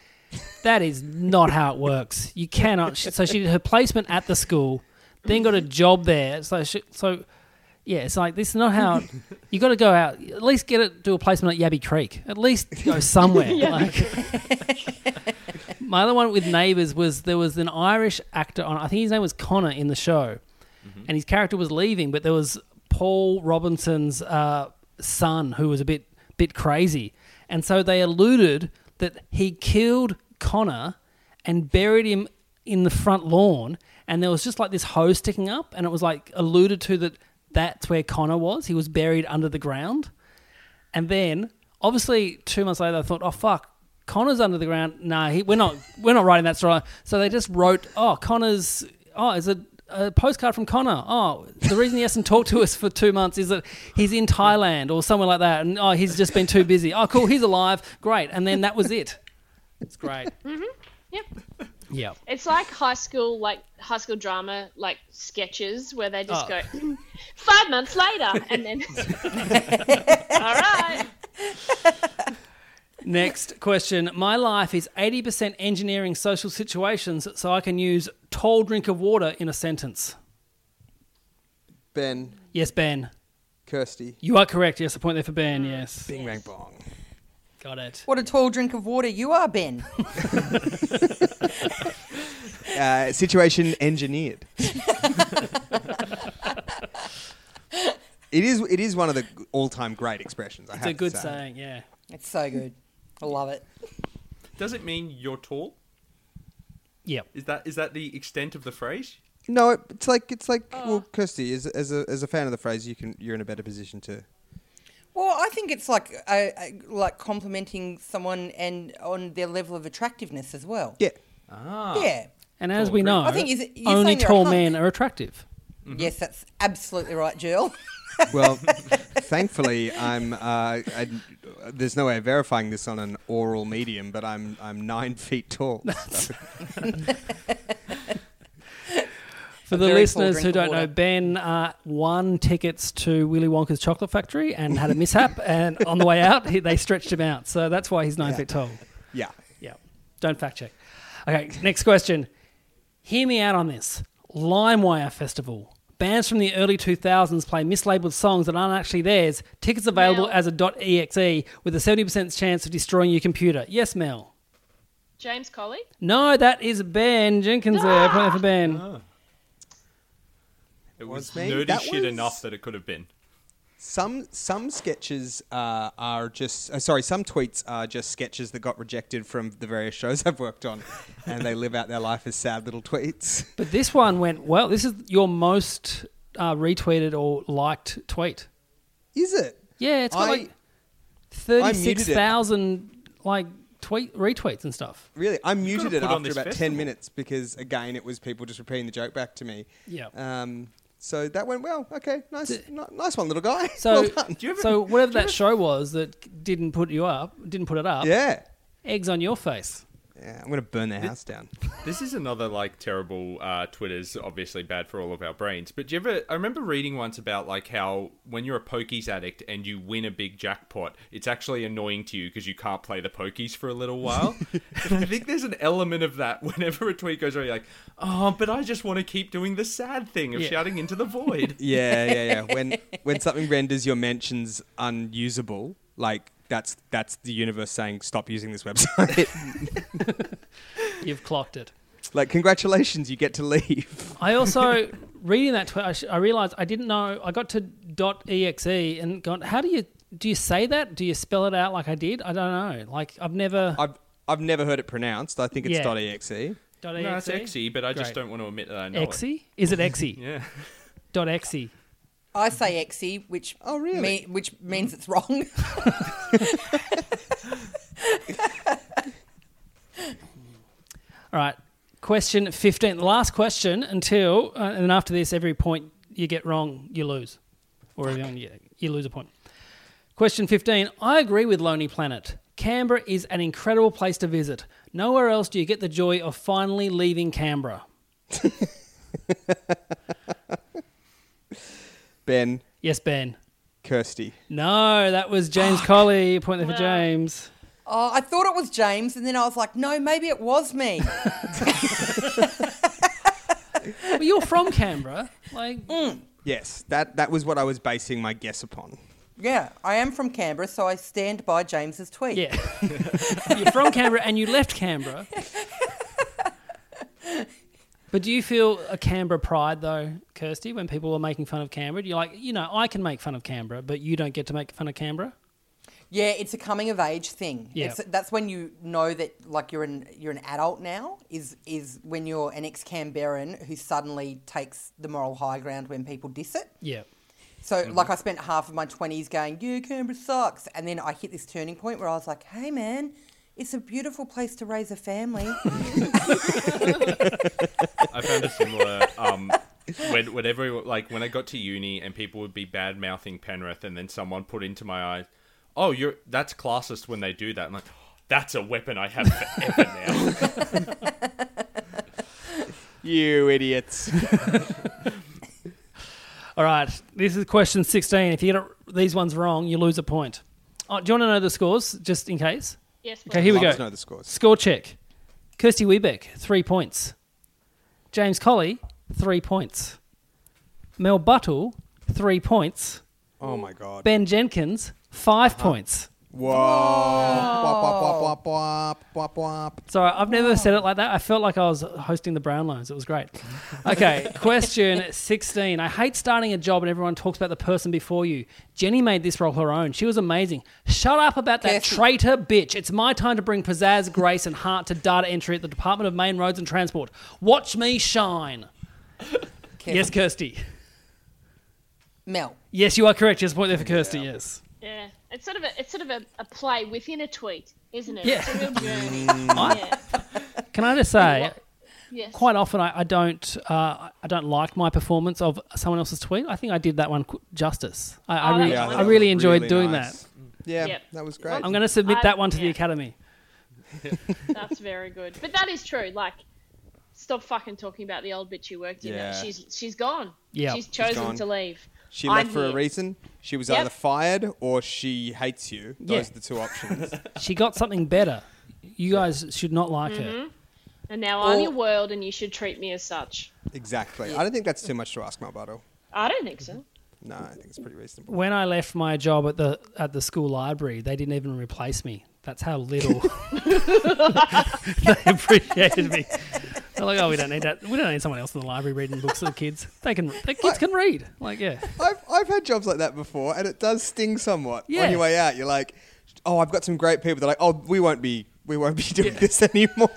Speaker 3: that is not how it works. You cannot. sh- So she did her placement at the school, then got a job there. So she, so. Yeah, it's like this is not how you got to go out. At least get it, do a placement at Yabby Creek. At least go somewhere. like, my other one with neighbours was there was an Irish actor on. I think his name was Connor in the show, and his character was leaving, but there was Paul Robinson's uh, son who was a bit bit crazy, and so they alluded that he killed Connor and buried him in the front lawn, and there was just like this hose sticking up, and it was like alluded to that that's where Connor was. He was buried under the ground. And then, obviously, two months later, they thought, "Oh fuck, Connor's under the ground." Nah, he, we're not. We're not writing that story. So they just wrote, "Oh, Connor's. Oh, is a, a postcard from Connor. Oh, the reason he hasn't talked to us for two months is that he's in Thailand or somewhere like that, and oh, he's just been too busy. Oh, cool, he's alive. Great." And then that was it. It's great.
Speaker 5: Yep.
Speaker 3: Yeah.
Speaker 5: It's like high school, like high school drama, like sketches where they just go "Hmm, five months later, and then all right.
Speaker 3: Next question. My life is 80% engineering social situations, so I can use tall drink of water in a sentence.
Speaker 4: Ben,
Speaker 3: Yes, Ben.
Speaker 4: Kirsty,
Speaker 3: You are correct. Yes, a point there for Ben. Yes,
Speaker 4: bing, bang, bong.
Speaker 3: got it.
Speaker 7: Mm. What a tall drink of water you are, Ben.
Speaker 4: Uh, situation engineered. it is. It is one of the all-time great expressions. I
Speaker 3: It's
Speaker 4: have
Speaker 3: a good
Speaker 4: to say.
Speaker 3: saying. Yeah.
Speaker 7: It's so good. I love it.
Speaker 6: Does it mean you're tall?
Speaker 3: Yep.
Speaker 6: Is that is that the extent of the phrase?
Speaker 4: No, it- it's like it's like.
Speaker 3: Oh.
Speaker 4: Well, Kirsty, as, as a as a fan of the phrase, you can you're in a better position to.
Speaker 7: Well, I think it's like uh, uh, like complimenting someone and on their level of attractiveness as well.
Speaker 4: Yeah,
Speaker 7: Yeah.
Speaker 3: And as we know,
Speaker 7: I think he's- you're
Speaker 3: only
Speaker 7: saying you're a
Speaker 3: tall
Speaker 7: hunk.
Speaker 3: men are attractive.
Speaker 7: Yes, that's absolutely right, Jill.
Speaker 4: Well, thankfully, I'm. Uh, I, there's no way of verifying this on an oral medium, but I'm I'm nine feet tall. so-
Speaker 3: For the
Speaker 7: very tall
Speaker 3: listeners
Speaker 7: drink
Speaker 3: who
Speaker 7: of
Speaker 3: don't
Speaker 7: water.
Speaker 3: know, Ben uh, won tickets to Willy Wonka's Chocolate Factory and had a mishap, and on the way out, he, they stretched him out, so that's why he's nine feet tall.
Speaker 4: yeah.
Speaker 3: Yeah. Don't fact check. Okay, next question. Hear me out on this. LimeWire Festival. Bands from the early 2000s play mislabeled songs that aren't actually theirs. Tickets available
Speaker 5: Mel.
Speaker 3: as a .exe with a 70% chance of destroying your computer. Yes, Mel.
Speaker 5: James Colley.
Speaker 3: No, that is Ben Jenkins there. Point there for Ben.
Speaker 6: It was
Speaker 4: me?
Speaker 6: nerdy
Speaker 4: That
Speaker 6: shit
Speaker 4: was-
Speaker 6: enough that it could have been.
Speaker 4: Some some sketches uh, are just uh, sorry. Some tweets are just sketches that got rejected from the various shows I've worked on, and they live out their life as sad little tweets.
Speaker 3: But this one went well. This is your most uh, retweeted or liked tweet.
Speaker 4: Is it?
Speaker 3: Yeah, it's got
Speaker 4: I-
Speaker 3: like
Speaker 4: I muted it.
Speaker 3: 36,000 like tweet retweets and stuff.
Speaker 4: Really, I
Speaker 6: could've
Speaker 4: muted it
Speaker 6: put on
Speaker 4: after
Speaker 6: this
Speaker 4: about ten
Speaker 6: festival.
Speaker 4: minutes because again, it was people just repeating the joke back to me.
Speaker 3: Yeah.
Speaker 4: Um, so that went well. Okay, nice, ni- nice one, little guy.
Speaker 3: So,
Speaker 4: well done.
Speaker 3: so whatever that show was that didn't put you up, didn't put it up.
Speaker 4: yeah.
Speaker 3: Eggs on your face.
Speaker 4: Yeah, I'm gonna burn their house down.
Speaker 6: This is another like terrible uh, Twitter's obviously bad for all of our brains. But do you ever? I remember reading once about like how when you're a pokies addict and you win a big jackpot, it's actually annoying to you because you can't play the pokies for a little while. and I think there's an element of that whenever a tweet goes around, you're like, oh, but I just want to keep doing the sad thing of
Speaker 3: Yeah.
Speaker 6: shouting into the void.
Speaker 4: Yeah, yeah, yeah. When when something renders your mentions unusable, like that's that's the universe saying stop using this website.
Speaker 3: You've clocked it.
Speaker 4: like congratulations, you get to leave.
Speaker 3: I also reading that tweet. I, sh- I realized I didn't know. I got to .exe and gone. How do you do? You say that? Do you spell it out like I did? I don't know. Like I've never
Speaker 4: I've I've never heard it pronounced. I think it's
Speaker 3: Yeah.
Speaker 4: .exe.
Speaker 3: dot
Speaker 6: No, it's
Speaker 3: exe.
Speaker 6: exy, but I just
Speaker 3: Great.
Speaker 6: don't want to admit that I know it.
Speaker 3: Exe? Is it exe?
Speaker 6: Yeah.
Speaker 3: Dot exe.
Speaker 7: I say exy, which
Speaker 4: Oh, really?
Speaker 7: mea- which means it's wrong.
Speaker 3: All right. Question fifteen. The last question until uh, and after this, every point you get wrong, you lose, or every one you, get- you lose a point. Question 15. I agree with Lonely Planet. Canberra is an incredible place to visit. Nowhere else do you get the joy of finally leaving Canberra.
Speaker 4: Ben,
Speaker 3: Yes, Ben.
Speaker 4: Kirsty.
Speaker 3: No, that was James Colley. Point there for James.
Speaker 7: oh, I thought it was James, and then I was like, no, maybe it was me.
Speaker 3: Well, you're from Canberra. Like,
Speaker 4: Yes, that that was what I was basing my guess upon.
Speaker 7: yeah, I am from Canberra, so I stand by James's tweet.
Speaker 3: yeah. you're from Canberra and you left Canberra. But do you feel a Canberra pride, though, Kirsty, when people are making fun of Canberra? You're like, you know, I can make fun of Canberra, but you don't get to make fun of Canberra?
Speaker 7: Yeah, it's a coming of age thing.
Speaker 3: Yeah.
Speaker 7: It's, that's when you know that like you're an you're an adult now is is when you're an ex Canberran who suddenly takes the moral high ground when people diss it.
Speaker 3: Yeah.
Speaker 7: So
Speaker 3: Mm-hmm.
Speaker 7: like I spent half of my twenties going, Yeah, Canberra sucks and then I hit this turning point where I was like, Hey man, it's a beautiful place to raise a family.
Speaker 6: I found a similar. Um, when, whenever, like, when I got to uni and people would be bad mouthing Penrith, and then someone put into my eyes, "Oh, you're that's classist when they do that." I'm like, "That's a weapon I have forever now."
Speaker 4: You idiots.
Speaker 3: All right. This is question 16. If you get it, these ones wrong, you lose a point. Oh, do you want to know the scores, just in case?
Speaker 5: Yes,
Speaker 3: Okay, here we go.
Speaker 4: Love to know the scores.
Speaker 3: Score check. Kirsty Wiebeck, three points. James Colley, three points. Mel Buttle, three points.
Speaker 4: Oh my god.
Speaker 3: Ben Jenkins, 5 points.
Speaker 4: Whoa. Wop, wop, wop, wop, wop, wop, wop.
Speaker 3: Sorry, I've never said it like that. I felt like I was hosting the Brown Loans. It was great. Okay, question 16. I hate starting a job and everyone talks about the person before you. Jenny made this role her own. She was amazing. Shut up about that
Speaker 7: Kirsty.
Speaker 3: traitor bitch. It's my time to bring pizzazz, grace, and heart to data entry at the Department of Main Roads and Transport. Watch me shine. Yes, Kirsty.
Speaker 7: Mel.
Speaker 3: Yes, you are correct. Yes, point there for Kirsty. Yes.
Speaker 5: Yeah, it's sort of a it's sort of a, a play within a tweet, isn't it?
Speaker 3: Yeah.
Speaker 5: It's a real journey.
Speaker 4: Mm.
Speaker 5: yeah.
Speaker 3: Can I just say,
Speaker 5: Yes.
Speaker 3: quite often I, I don't uh, I don't like my performance of someone else's tweet. I think I did that one qu- justice. I, I,
Speaker 5: Oh,
Speaker 3: really,
Speaker 5: that's
Speaker 4: Yeah,
Speaker 3: I
Speaker 5: I
Speaker 4: that
Speaker 5: wonderful.
Speaker 4: was
Speaker 3: really enjoyed
Speaker 4: really
Speaker 3: doing
Speaker 4: nice.
Speaker 3: that.
Speaker 4: Yeah,
Speaker 5: Yep.
Speaker 4: that was great.
Speaker 3: I'm going to submit
Speaker 5: I-
Speaker 3: that one to the
Speaker 5: yeah.
Speaker 3: academy.
Speaker 5: That's very good. But that is true. Like, stop fucking talking about the old bitch you worked in.
Speaker 4: Yeah.
Speaker 5: She's she's gone.
Speaker 3: Yeah.
Speaker 5: She's chosen
Speaker 4: gone.
Speaker 5: to leave.
Speaker 4: She
Speaker 5: I'm
Speaker 4: left for a
Speaker 5: here.
Speaker 4: reason. She was
Speaker 5: Yep.
Speaker 4: either fired or she hates you. Those
Speaker 3: Yeah.
Speaker 4: are the two options.
Speaker 3: She got something better. You guys should not like her.
Speaker 5: And now I'm
Speaker 7: Or-
Speaker 5: your world, and you should treat me as such.
Speaker 4: exactly. I don't think that's too much to ask, Malbado.
Speaker 5: I don't think so.
Speaker 4: No, I think it's pretty reasonable.
Speaker 3: When I left my job at the at the school library, they didn't even replace me. That's how little they appreciated me. They're like, oh, we don't need that. We don't need someone else in the library reading books to the kids. They can, the kids can read. Like, yeah,
Speaker 4: I've, I've had jobs like that before, and it does sting somewhat.
Speaker 3: Yeah.
Speaker 4: On your way out, you're like, oh, I've got some great people. They're like, oh, we won't be, we won't be doing this anymore.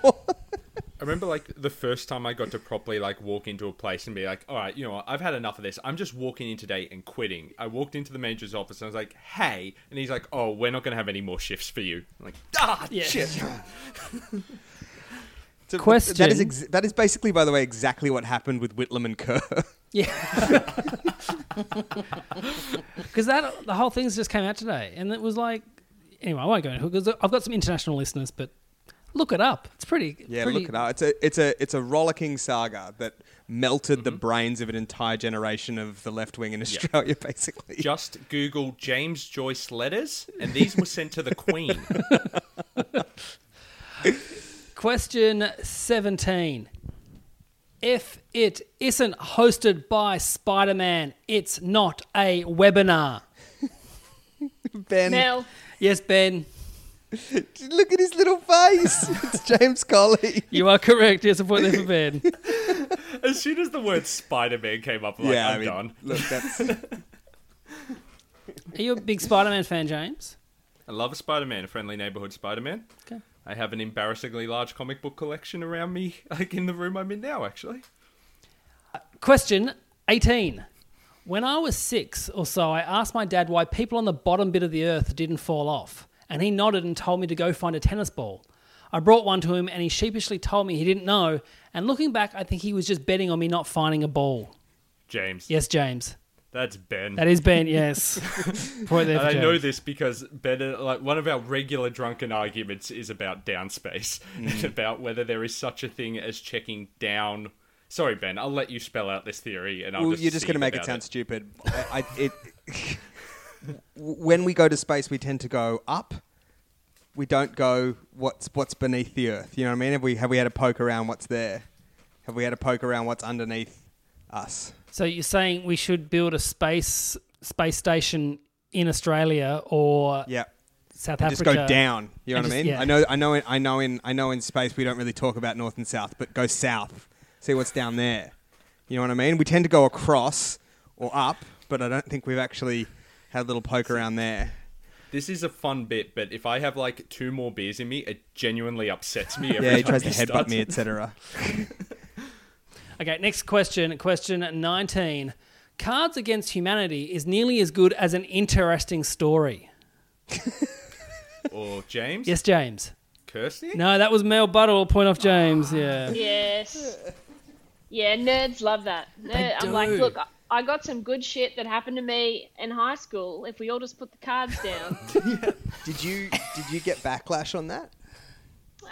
Speaker 6: I remember like the first time I got to properly like walk into a place and be like, "All right, you know what? I've had enough of this. I'm just walking in today and quitting." I walked into the manager's office and I was like, "Hey," and he's like, "Oh, we're not going to have any more shifts for you." I'm like, ah,
Speaker 3: yeah.
Speaker 4: It's a-
Speaker 3: Question.
Speaker 4: That is, ex- that is basically, by the way, exactly what happened with Whitlam and Kerr.
Speaker 3: Yeah. Because that the whole thing's just came out today, and it was like, anyway, I won't go into it because I've got some international listeners, but Look it up. It's pretty.
Speaker 4: Yeah,
Speaker 3: pretty,
Speaker 4: look it up. It's a it's a it's a rollicking saga that melted
Speaker 3: Mm-hmm.
Speaker 4: the brains of an entire generation of the left wing in Australia, basically.
Speaker 6: Just Google James Joyce letters, and these were sent to the Queen.
Speaker 3: Question 17. If it isn't hosted by Spider Man, it's not a webinar.
Speaker 4: ben,
Speaker 5: Mel,
Speaker 3: Yes, Ben,
Speaker 4: look at his little face. it's James Colley.
Speaker 3: you are correct. Yes, a point there for Ben.
Speaker 6: as soon as the word Spider Man came up, I'm like, I'm done.
Speaker 4: look, that's
Speaker 3: Are you a big Spider Man fan, James?
Speaker 6: I love Spider Man, a friendly neighborhood Spider Man.
Speaker 3: Okay.
Speaker 6: I have an embarrassingly large comic book collection around me, like in the room I'm in now, actually.
Speaker 3: Question 18. When I was six or so, I asked my dad why people on the bottom bit of the earth didn't fall off, and he nodded and told me to go find a tennis ball. I brought one to him, and he sheepishly told me he didn't know. And looking back, I think he was just betting on me not finding a ball.
Speaker 6: James.
Speaker 3: Yes, James.
Speaker 6: That's Ben.
Speaker 3: That is Ben, yes. Point there
Speaker 6: and
Speaker 3: for
Speaker 6: I
Speaker 3: James.
Speaker 6: know this because Ben, like one of our regular drunken arguments is about downspace
Speaker 4: Mm.
Speaker 6: and about whether there is such a thing as checking down. Sorry, Ben, I'll let you spell out this theory, and I'll
Speaker 4: well,
Speaker 6: just
Speaker 4: you're just
Speaker 6: going to
Speaker 4: make it sound stupid. I, I, it, when we go to space, we tend to go up. We don't go what's what's beneath the Earth. You know what I mean? Have we have we had a poke around what's there? Have we had a poke around what's underneath us?
Speaker 3: So you're saying we should build a space space station in Australia or
Speaker 4: Yeah.
Speaker 3: South
Speaker 4: And
Speaker 3: Africa?
Speaker 4: just go down. You know
Speaker 3: and
Speaker 4: what
Speaker 3: just-
Speaker 4: I mean?
Speaker 3: yeah.
Speaker 4: I know I know in, I know in I know in space we don't really talk about north and south, but go south. See what's down there. You know what I mean? We tend to go across or up, but I don't think we've actually had a little poke around there.
Speaker 6: This is a fun bit, but if I have like two more beers in me, it genuinely upsets me. Every
Speaker 4: Yeah, he
Speaker 6: time
Speaker 4: tries to
Speaker 6: starts.
Speaker 4: headbutt me, etc.
Speaker 3: Okay, next question. Question 19. Cards Against Humanity is nearly as good as an interesting story.
Speaker 6: Or James?
Speaker 3: Yes, James.
Speaker 6: Kirsty?
Speaker 3: No, that was Mel Buttle. Point off James. Yeah.
Speaker 5: yes. Yeah, nerds love that. Nerd, I'm like,
Speaker 3: do.
Speaker 5: look, I- I got some good shit that happened to me in high school. If we all just put the cards down.
Speaker 4: Did you did you get backlash on that?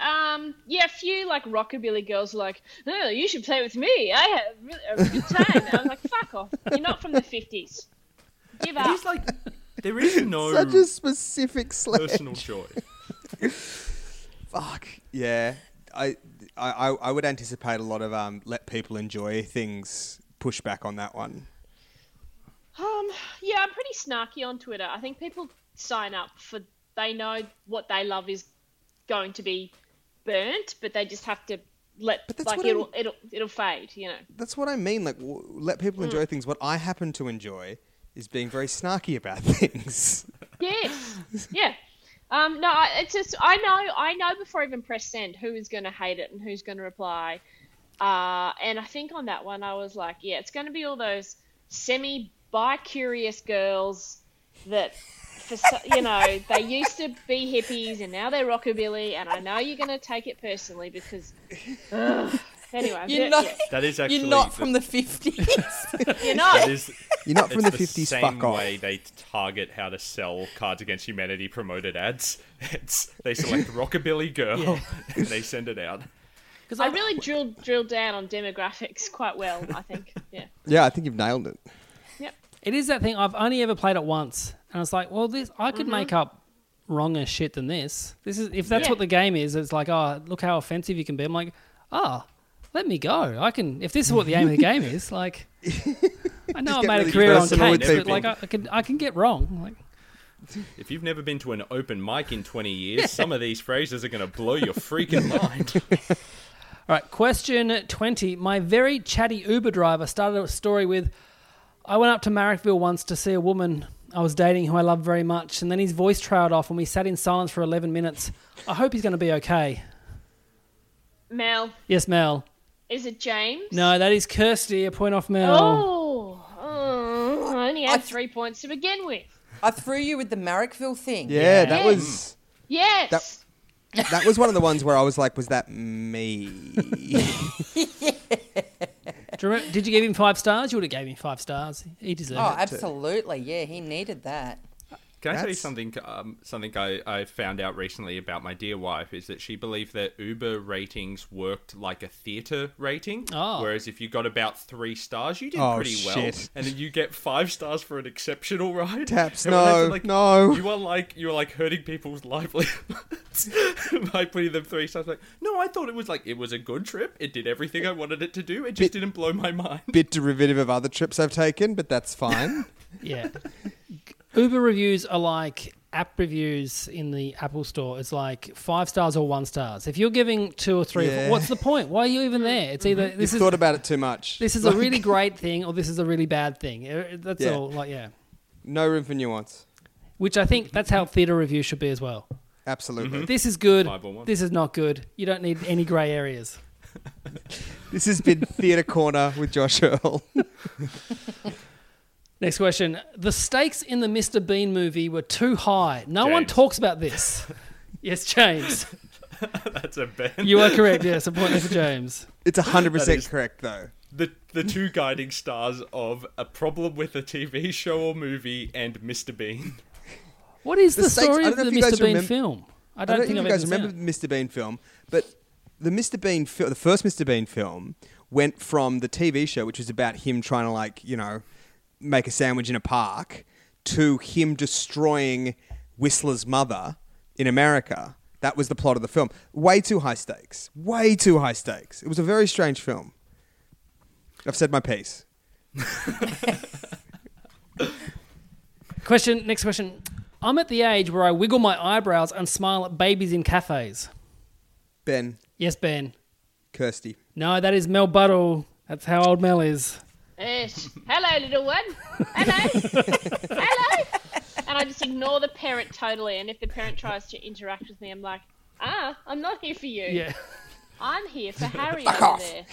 Speaker 5: Um, yeah, a few like rockabilly girls were like, oh, you should play with me. I had a really- a good time. And I was like, fuck off. You're not from the 50s. Give up.
Speaker 6: He's like, there is no
Speaker 4: Such a specific slant.
Speaker 6: personal joy.
Speaker 4: Fuck. Yeah. I, I I- I would anticipate a lot of um let people enjoy things pushback on that one.
Speaker 5: Um, yeah, I'm pretty snarky on Twitter. I think people sign up for they know what they love is going to be burnt, but they just have to let
Speaker 4: But that's
Speaker 5: like
Speaker 4: what I'm-
Speaker 5: it'll it'll it'll fade, you know.
Speaker 4: That's what I mean. Like w- let people enjoy things. What I happen to enjoy is being very snarky about things.
Speaker 5: Yes. yeah. Um, no, I- it's just I know I know before I even press send who is going to hate it and who's going to reply. Uh, and I think on that one I was like, yeah, it's going to be all those semi bi curious girls that, for so- you know, they used to be hippies and now they're rockabilly, and I know you're going to take it personally because. Ugh. Anyway, I'm
Speaker 7: You're
Speaker 5: doing-
Speaker 7: not.
Speaker 5: yeah.
Speaker 6: That is actually
Speaker 7: You're not from the fifties.
Speaker 5: you're not.
Speaker 6: That is
Speaker 4: You're not from
Speaker 6: it's
Speaker 4: the fifties.
Speaker 6: Same
Speaker 4: Fuck off.
Speaker 6: way they target how to sell Cards Against Humanity promoted ads. It's they select rockabilly girl and they send it out.
Speaker 5: I really drilled drilled down on demographics quite well. I think. Yeah.
Speaker 4: Yeah, I think you've nailed it.
Speaker 3: It is that thing. I've only ever played it once, and I was like, well, this I could
Speaker 4: Mm-hmm.
Speaker 3: make up wronger shit than this. This is if that's
Speaker 5: Yeah.
Speaker 3: what the game is. It's like, oh, look how offensive you can be. I'm like, ah, let me go. I can. If this is what the aim of the game is, like, I know I
Speaker 4: get
Speaker 3: made
Speaker 4: really
Speaker 3: a career on
Speaker 4: personal with
Speaker 3: tapes, but
Speaker 4: people.
Speaker 3: like, I, I can I can get wrong. Like,
Speaker 6: If you've never been to an open mic in 20 years, some of these phrases are going to blow your freaking mind.
Speaker 3: All right, question 20. My very chatty Uber driver started a story with I went up to Marrickville once to see a woman I was dating who I loved very much, and then his voice trailed off, and we sat in silence for 11 minutes. I hope he's going to be okay.
Speaker 5: Mel,
Speaker 3: Yes, Mel.
Speaker 5: is it James?
Speaker 3: No, that is Kirsty, a point off Mel.
Speaker 5: Oh, oh, I only
Speaker 7: I
Speaker 5: had
Speaker 7: th-
Speaker 5: three points to begin with.
Speaker 7: I threw you with the Marrickville thing.
Speaker 4: Yeah, that
Speaker 5: Yeah.
Speaker 4: was
Speaker 5: Yes.
Speaker 4: That- that was one of the ones where I was like, was that me?
Speaker 3: Do you remember- Did you give him five stars? You would have gave him five stars. He deserved
Speaker 7: Oh,
Speaker 3: it.
Speaker 7: absolutely. Yeah, he needed that.
Speaker 6: Can I tell you
Speaker 4: That's-
Speaker 6: something? Um, something I, I found out recently about my dear wife is that she believed that Uber ratings worked like a theater rating.
Speaker 3: Oh.
Speaker 6: Whereas if you got about three stars, you did
Speaker 4: Oh,
Speaker 6: pretty well,
Speaker 4: shit.
Speaker 6: and then you get five stars for an exceptional ride.
Speaker 4: Taps,
Speaker 6: And when I said,
Speaker 4: no, no.
Speaker 6: You are like you are like hurting people's livelihoods by putting them three stars. Like, no, I thought it was like it was a good trip. It did everything I wanted it to do. It just didn't blow my mind.
Speaker 4: Bit derivative of other trips I've taken, but that's fine.
Speaker 3: Yeah. Uber reviews are like app reviews in the Apple store. It's like five stars or one stars. If you're giving two or three,
Speaker 4: Yeah. Mm-hmm.
Speaker 3: what's the point? Why are you even there? It's either this
Speaker 4: You've
Speaker 3: is
Speaker 4: thought about it too much.
Speaker 3: this is a really great thing or this is a really bad thing. Uh, That's
Speaker 4: Yeah.
Speaker 3: all. Like yeah.
Speaker 4: no room for nuance.
Speaker 3: Which I think that's how theater review should be as well.
Speaker 4: Absolutely.
Speaker 3: This is good.
Speaker 6: Five or one.
Speaker 3: This is not good. You don't need any grey areas.
Speaker 6: Mm-hmm.
Speaker 4: This has been Theatre Corner with Josh Earl.
Speaker 3: Next question. The stakes in the Mr. Bean movie were too high. No one
Speaker 6: James.
Speaker 3: talks about this. yes, James.
Speaker 6: That's a bad.
Speaker 3: You are correct. Yes, a point there for James.
Speaker 4: It's 100%
Speaker 6: That is-
Speaker 4: correct, though.
Speaker 6: the the two guiding stars of a problem with a TV show or movie and Mr. Bean.
Speaker 3: What is the,
Speaker 4: The stakes-
Speaker 3: story
Speaker 4: I
Speaker 3: of
Speaker 4: don't
Speaker 3: the
Speaker 4: know if you guys
Speaker 3: Mr. Bean
Speaker 4: remem-
Speaker 3: film? I
Speaker 4: I
Speaker 3: don't,
Speaker 4: don't,
Speaker 3: think
Speaker 4: think
Speaker 3: I've
Speaker 4: you guys
Speaker 3: ever seen
Speaker 4: remember
Speaker 3: it.
Speaker 4: the Mr. Bean film, but the Mr. Bean film, the first Mr. Bean film, went from the TV show, which was about him trying to like you know make a sandwich in a park, to him destroying Whistler's mother in America. That was the plot of the film. Way too high stakes. Way too high stakes. It was a very strange film. I've said my piece.
Speaker 3: Question. Next question. I'm at the age where I wiggle my eyebrows and smile at babies in cafes.
Speaker 4: Ben,
Speaker 3: Yes, Ben.
Speaker 4: Kirsty.
Speaker 3: No, that is Mel Buttle. That's how old Mel is.
Speaker 5: Yes. Hello, little one. Hello. Hello. And I just ignore the parent totally. And if the parent tries to interact with me, I'm like, ah, I'm not here for you.
Speaker 3: Yeah.
Speaker 5: I'm here for Harry over there.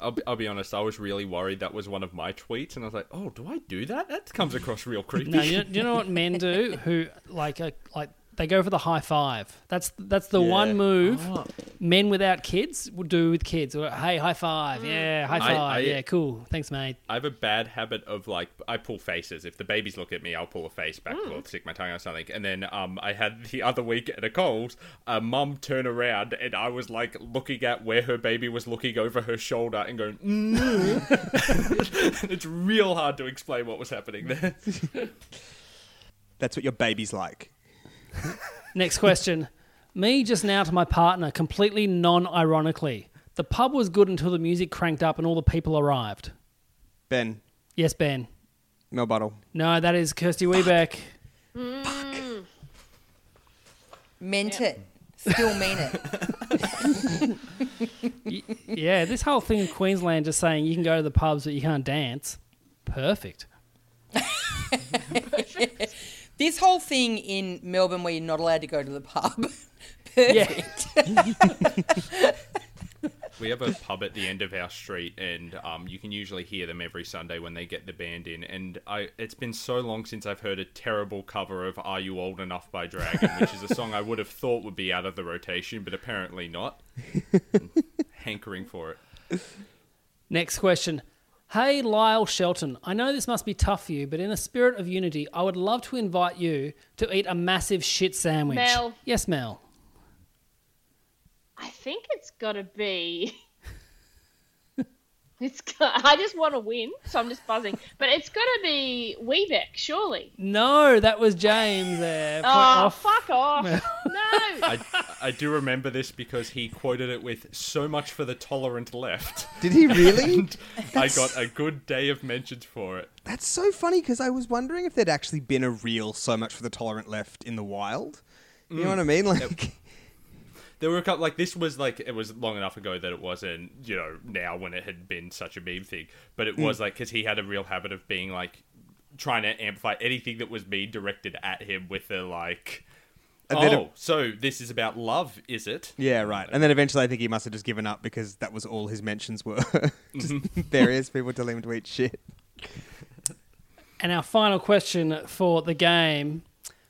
Speaker 6: I'll, be- I'll be honest, I was really worried that was one of my tweets, and I was like, oh, do I do that? That comes across real creepy.
Speaker 3: No, you know, you know what men do who like uh, like they go for the high five. That's that's the one move
Speaker 6: Oh.
Speaker 3: men without kids would do with kids. Or, hey, high five. Yeah, high
Speaker 6: I-
Speaker 3: five.
Speaker 6: I-
Speaker 3: yeah, cool. Thanks, mate.
Speaker 6: I have a bad habit of like I pull faces. If the babies look at me, I'll pull a face back
Speaker 3: Hmm.
Speaker 6: or stick my tongue out or something. And then um, I had the other week at a Coles, a mum turn around and I was like looking at where her baby was looking over her shoulder and going, "No." And it's real hard to explain what was happening there.
Speaker 4: That's what your baby's like.
Speaker 3: Next question. Me just now to my partner, completely non-ironically. The pub was good until the music cranked up and all the people arrived.
Speaker 4: Ben,
Speaker 3: Yes, Ben.
Speaker 4: Mel Buttle.
Speaker 3: No, that is Kirsty Weebeck.
Speaker 7: Meant it. Still mean it.
Speaker 3: yeah, this whole thing in Queensland just saying you can go to the pubs but you can't dance. Perfect.
Speaker 7: This whole thing in Melbourne where you're not allowed to go to the pub.
Speaker 3: Yeah.
Speaker 6: We have a pub at the end of our street, and um, you can usually hear them every Sunday when they get the band in. And I, it's been so long since I've heard a terrible cover of "Are You Old Enough" by Dragon, which is a song I would have thought would be out of the rotation, but apparently not. Hankering for it.
Speaker 3: Next question. Hey, Lyle Shelton, I know this must be tough for you, but in a spirit of unity, I would love to invite you to eat a massive shit sandwich.
Speaker 5: Mel.
Speaker 3: Yes, Mel.
Speaker 5: I think it's got to be. It's. Got, I just want to win, so I'm just buzzing. But it's got to be Weebeck, surely.
Speaker 3: No, that was James there. Point
Speaker 5: Oh,
Speaker 3: off.
Speaker 5: fuck off! no.
Speaker 6: I, I do remember this because he quoted it with "so much for the tolerant left."
Speaker 4: Did he really?
Speaker 6: I got a good day of mentions for it.
Speaker 4: That's so funny because I was wondering if there'd actually been a real so much for the tolerant left in the wild. You know what I mean? Like,
Speaker 6: There were a couple like this was like it was long enough ago that it wasn't you know now when it had been such a meme thing, but
Speaker 4: Hmm.
Speaker 6: it was like because he had a real habit of being like trying to amplify anything that was being directed at him with the like.
Speaker 4: And then
Speaker 6: oh, so this is about love, is it?
Speaker 4: yeah, right. And then eventually, I think he must have just given up because that was all his mentions were. just various people telling him to eat shit.
Speaker 3: And our final question for the game.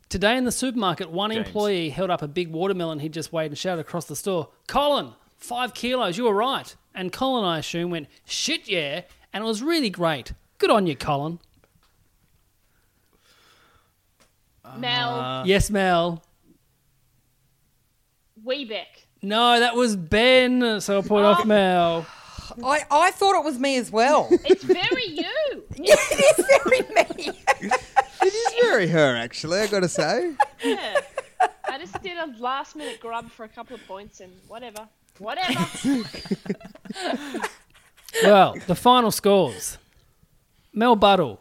Speaker 3: Today in the supermarket, one
Speaker 6: James.
Speaker 3: employee held up a big watermelon he'd just weighed and shouted across the store, Colin, five kilos, you were right. And Colin, I assume, went, shit, yeah. And it was really great. Good on you, Colin.
Speaker 5: Mel
Speaker 3: yes, Mel.
Speaker 5: Wiebeck.
Speaker 3: No, that was Ben. So I pulled off Mel.
Speaker 7: I, I thought it was me as well.
Speaker 5: It's very you.
Speaker 7: it is very me.
Speaker 4: It is very her, actually. I gotta say.
Speaker 5: Yeah. I just did a last minute grub for a couple of points and whatever. Whatever.
Speaker 3: Well, the final scores: Mel Buttle,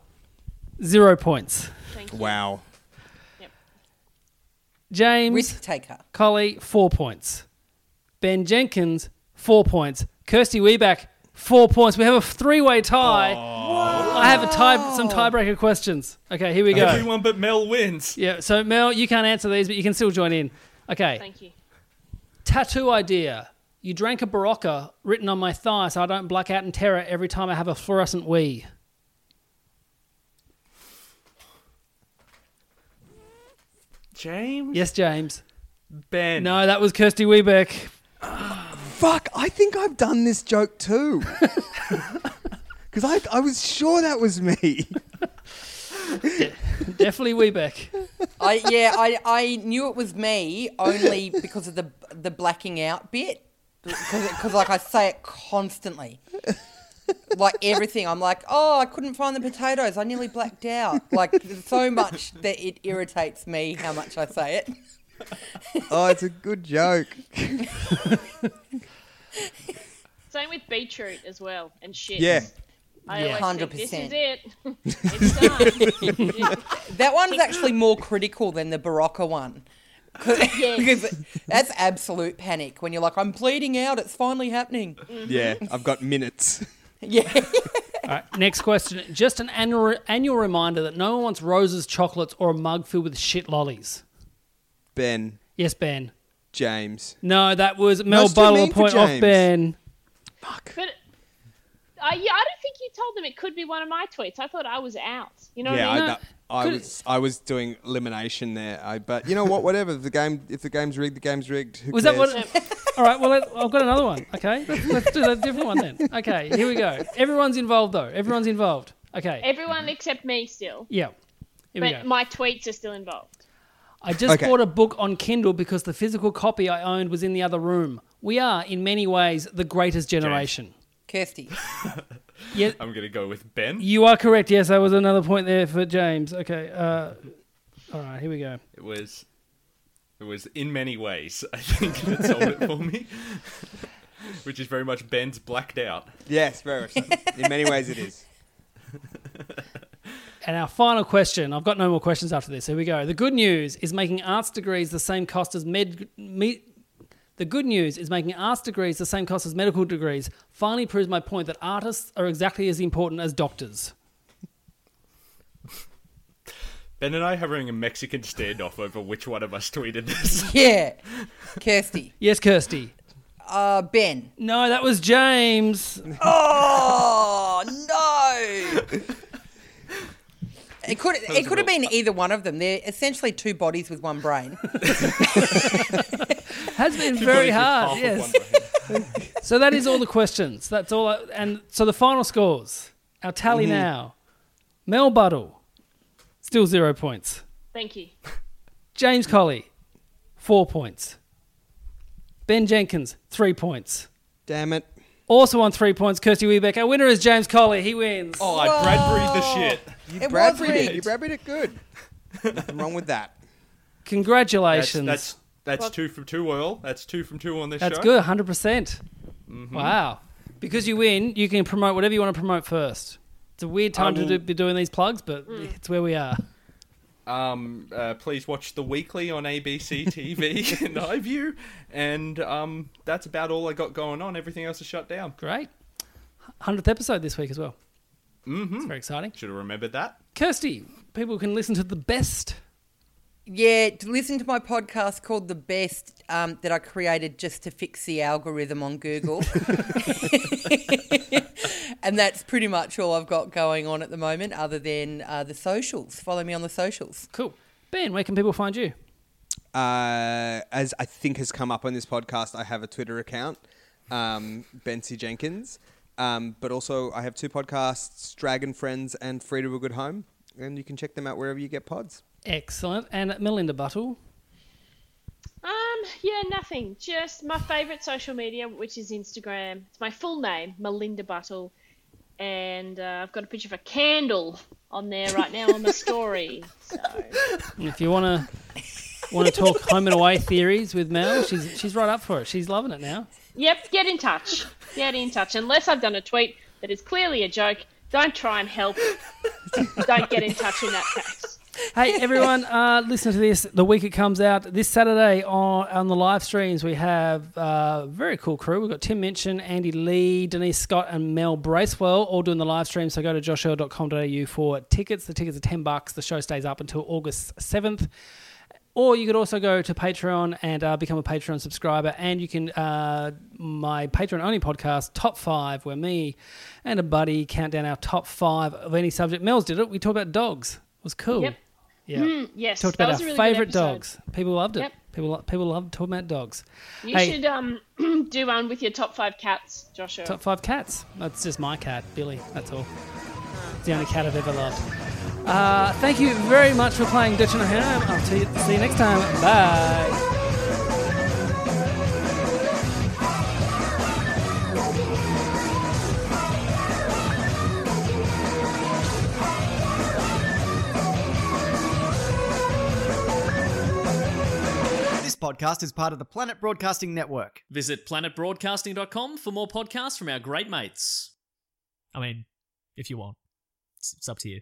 Speaker 3: zero points.
Speaker 5: Thank you.
Speaker 4: Wow.
Speaker 3: James
Speaker 7: Risk taker.
Speaker 3: Collie, four points. Ben Jenkins, four points. Kirsty Weeback, four points. We have a three-way tie. I have a tie, some tiebreaker questions. Okay, here we go.
Speaker 6: Everyone but Mel wins.
Speaker 3: Yeah, so Mel, you can't answer these, but you can still join in. Okay,
Speaker 5: Thank you.
Speaker 3: tattoo idea. You drank a Barocca written on my thigh so I don't black out in terror every time I have a fluorescent wee.
Speaker 6: James?
Speaker 3: Yes, James.
Speaker 6: Ben.
Speaker 3: No, that was Kirsty Weebeck.
Speaker 4: Fuck! I think I've done this joke too. Because I, I was sure that was me.
Speaker 3: Definitely Weebeck.
Speaker 7: I yeah, I, I knew it was me only because of the the blacking out bit. Because like I say it constantly. Like everything, I'm like, oh, I couldn't find the potatoes. I nearly blacked out. Like there's so much that it irritates me how much I say it.
Speaker 4: Oh, it's a good joke.
Speaker 5: Same with beetroot as well and shit.
Speaker 4: Yeah.
Speaker 5: I
Speaker 3: Yeah.
Speaker 5: always think this is
Speaker 7: 100%.
Speaker 5: it. it's done.
Speaker 7: That one's actually more critical than the Barocca one. 'Cause- because that's absolute panic when you're like, I'm bleeding out. It's finally happening.
Speaker 4: Yeah, I've got minutes.
Speaker 7: Yeah.
Speaker 3: Next question. Just an annual, annual reminder that no one wants roses, chocolates, or a mug filled with shit lollies.
Speaker 4: Ben,
Speaker 3: Yes, Ben.
Speaker 4: James.
Speaker 3: No, that was Mel
Speaker 4: That's too
Speaker 3: Buttle, a
Speaker 4: mean for
Speaker 3: point off
Speaker 4: James.
Speaker 3: Ben.
Speaker 5: But I, yeah, I don't think you told them it could be one of my tweets. I thought I was out. You know
Speaker 4: yeah,
Speaker 5: what I
Speaker 3: uh,
Speaker 4: I,
Speaker 5: mean?
Speaker 4: that- I was I was doing elimination there. I but you know what? Whatever the game, if the game's rigged, the game's rigged. Who
Speaker 3: Was that
Speaker 4: cares?
Speaker 3: what? All right. Well, let- I've got another one. Okay, let's, let's do a different one then. Okay, here we go. Everyone's involved though. Everyone's involved. Okay.
Speaker 5: Everyone except me still.
Speaker 3: Yeah. Here we go.
Speaker 5: But my tweets are still involved.
Speaker 3: I just
Speaker 4: Okay.
Speaker 3: bought a book on Kindle because the physical copy I owned was in the other room. We are, in many ways, the greatest generation.
Speaker 7: Kirsty.
Speaker 6: I'm going to go with Ben.
Speaker 3: You are correct. Yes, that was another point there for James. Okay. Uh, all right. Here we go.
Speaker 6: It was. It was in many ways. I think that sold it for me, which is very much Ben's blacked out.
Speaker 4: Yes, very much. So. In many ways, it is.
Speaker 3: And our final question. I've got no more questions after this. Here we go. The good news is making arts degrees the same cost as med. Me, the good news is making arts degrees the same cost as medical degrees. Finally proves my point that artists are exactly as important as doctors.
Speaker 6: Ben and I are having a Mexican standoff over which one of us tweeted this.
Speaker 7: Yeah. Kirsty.
Speaker 3: Yes, Kirsty.
Speaker 7: Uh, ben.
Speaker 3: No, that was James.
Speaker 7: Oh no! It could it could have been either one of them. They're essentially two bodies with one brain.
Speaker 3: Has been very hard.
Speaker 6: Half of
Speaker 3: Yes.
Speaker 6: one brain.
Speaker 3: So that is all the questions. That's all. I, and so the final scores. Our tally
Speaker 6: Mm-hmm.
Speaker 3: now. Mel Buttle, still zero points.
Speaker 5: Thank you.
Speaker 3: James Colley, four points. Ben Jenkins, three points.
Speaker 4: Damn it.
Speaker 3: Also on three points, Kirsty Wiebeck. Our winner is James Colley. He wins.
Speaker 6: Oh, I Bradbury the shit.
Speaker 4: You
Speaker 7: It was
Speaker 4: Bradbury'd it.
Speaker 7: rigged.
Speaker 4: You Bradbury'd it good. Nothing wrong with that.
Speaker 6: That's
Speaker 3: Congratulations.
Speaker 6: that's, that's two from two oil. That's two from two on this
Speaker 3: That's
Speaker 6: show.
Speaker 3: good, 100%. percent Wow. Because you win, you can promote whatever you want to promote first. It's a weird time to do, be doing these plugs, but it's where we are.
Speaker 6: Um, uh, please watch the weekly on ABC TV and iView, and um, that's about all I got going on. Everything else is shut down.
Speaker 3: Great. 100th episode this week as well. Mm-hmm. It's very exciting.
Speaker 6: Should have remembered that.
Speaker 3: Kirsty, people can listen to the best.
Speaker 7: Yeah, to listen to my podcast called "The Best" um, that I created just to fix the algorithm on Google, and that's pretty much all I've got going on at the moment, other than uh, the socials. Follow me on the socials.
Speaker 3: Cool. Ben, where can people find you?
Speaker 4: Uh, as I think has come up on this podcast, I have a Twitter account, um, Bensie Jenkins. Um, but also, I have two podcasts, Dragon Friends and Free to a Good Home. And you can check them out wherever you get pods.
Speaker 3: Excellent. And Melinda Buttle.
Speaker 5: Um, yeah, nothing. Just my favorite social media, which is Instagram. It's my full name, Melinda Buttle, and uh, I've got a picture of a candle on there right now on the story. So
Speaker 3: And if you want to want to talk home and away theories with Mel, she's she's right up for it. She's loving it now.
Speaker 5: Yep, get in touch. Get in touch. Unless I've done a tweet that is clearly a joke, don't try and help. don't get in touch in that case.
Speaker 3: Hey everyone, uh, listen to this. The week it comes out this Saturday on on the live streams, we have uh, very cool crew. We've got Tim Minchin, Andy Lee, Denise Scott, and Mel Bracewell all doing the live stream. So go to joshua.com.au for tickets. The tickets are ten bucks. The show stays up until August seventh. Or you could also go to Patreon and uh, become a Patreon subscriber, and you can uh, my Patreon only podcast top five, where me and a buddy count down our top five of any subject. Mel's did it. We talked about dogs. It was cool.
Speaker 5: Yep.
Speaker 3: Yeah.
Speaker 5: Mm, Yes,
Speaker 3: Talked
Speaker 5: that
Speaker 3: about
Speaker 5: was
Speaker 3: our
Speaker 5: a really good
Speaker 3: favorite
Speaker 5: episode.
Speaker 3: dogs. People loved it.
Speaker 5: Yep.
Speaker 3: People lo- people loved talking about dogs.
Speaker 5: You
Speaker 3: Hey.
Speaker 5: should um do one with your top five cats, Joshua.
Speaker 3: Top five cats. That's just my cat, Billy. That's all. It's the only cat I've ever loved. Uh, thank you very much for playing Dutch and Ham. I'll see you, see you next time. Bye.
Speaker 1: This podcast is part of the Planet Broadcasting Network.
Speaker 2: Visit planetbroadcasting.com for more podcasts from our great mates.
Speaker 8: I mean, if you want, it's, it's up to you.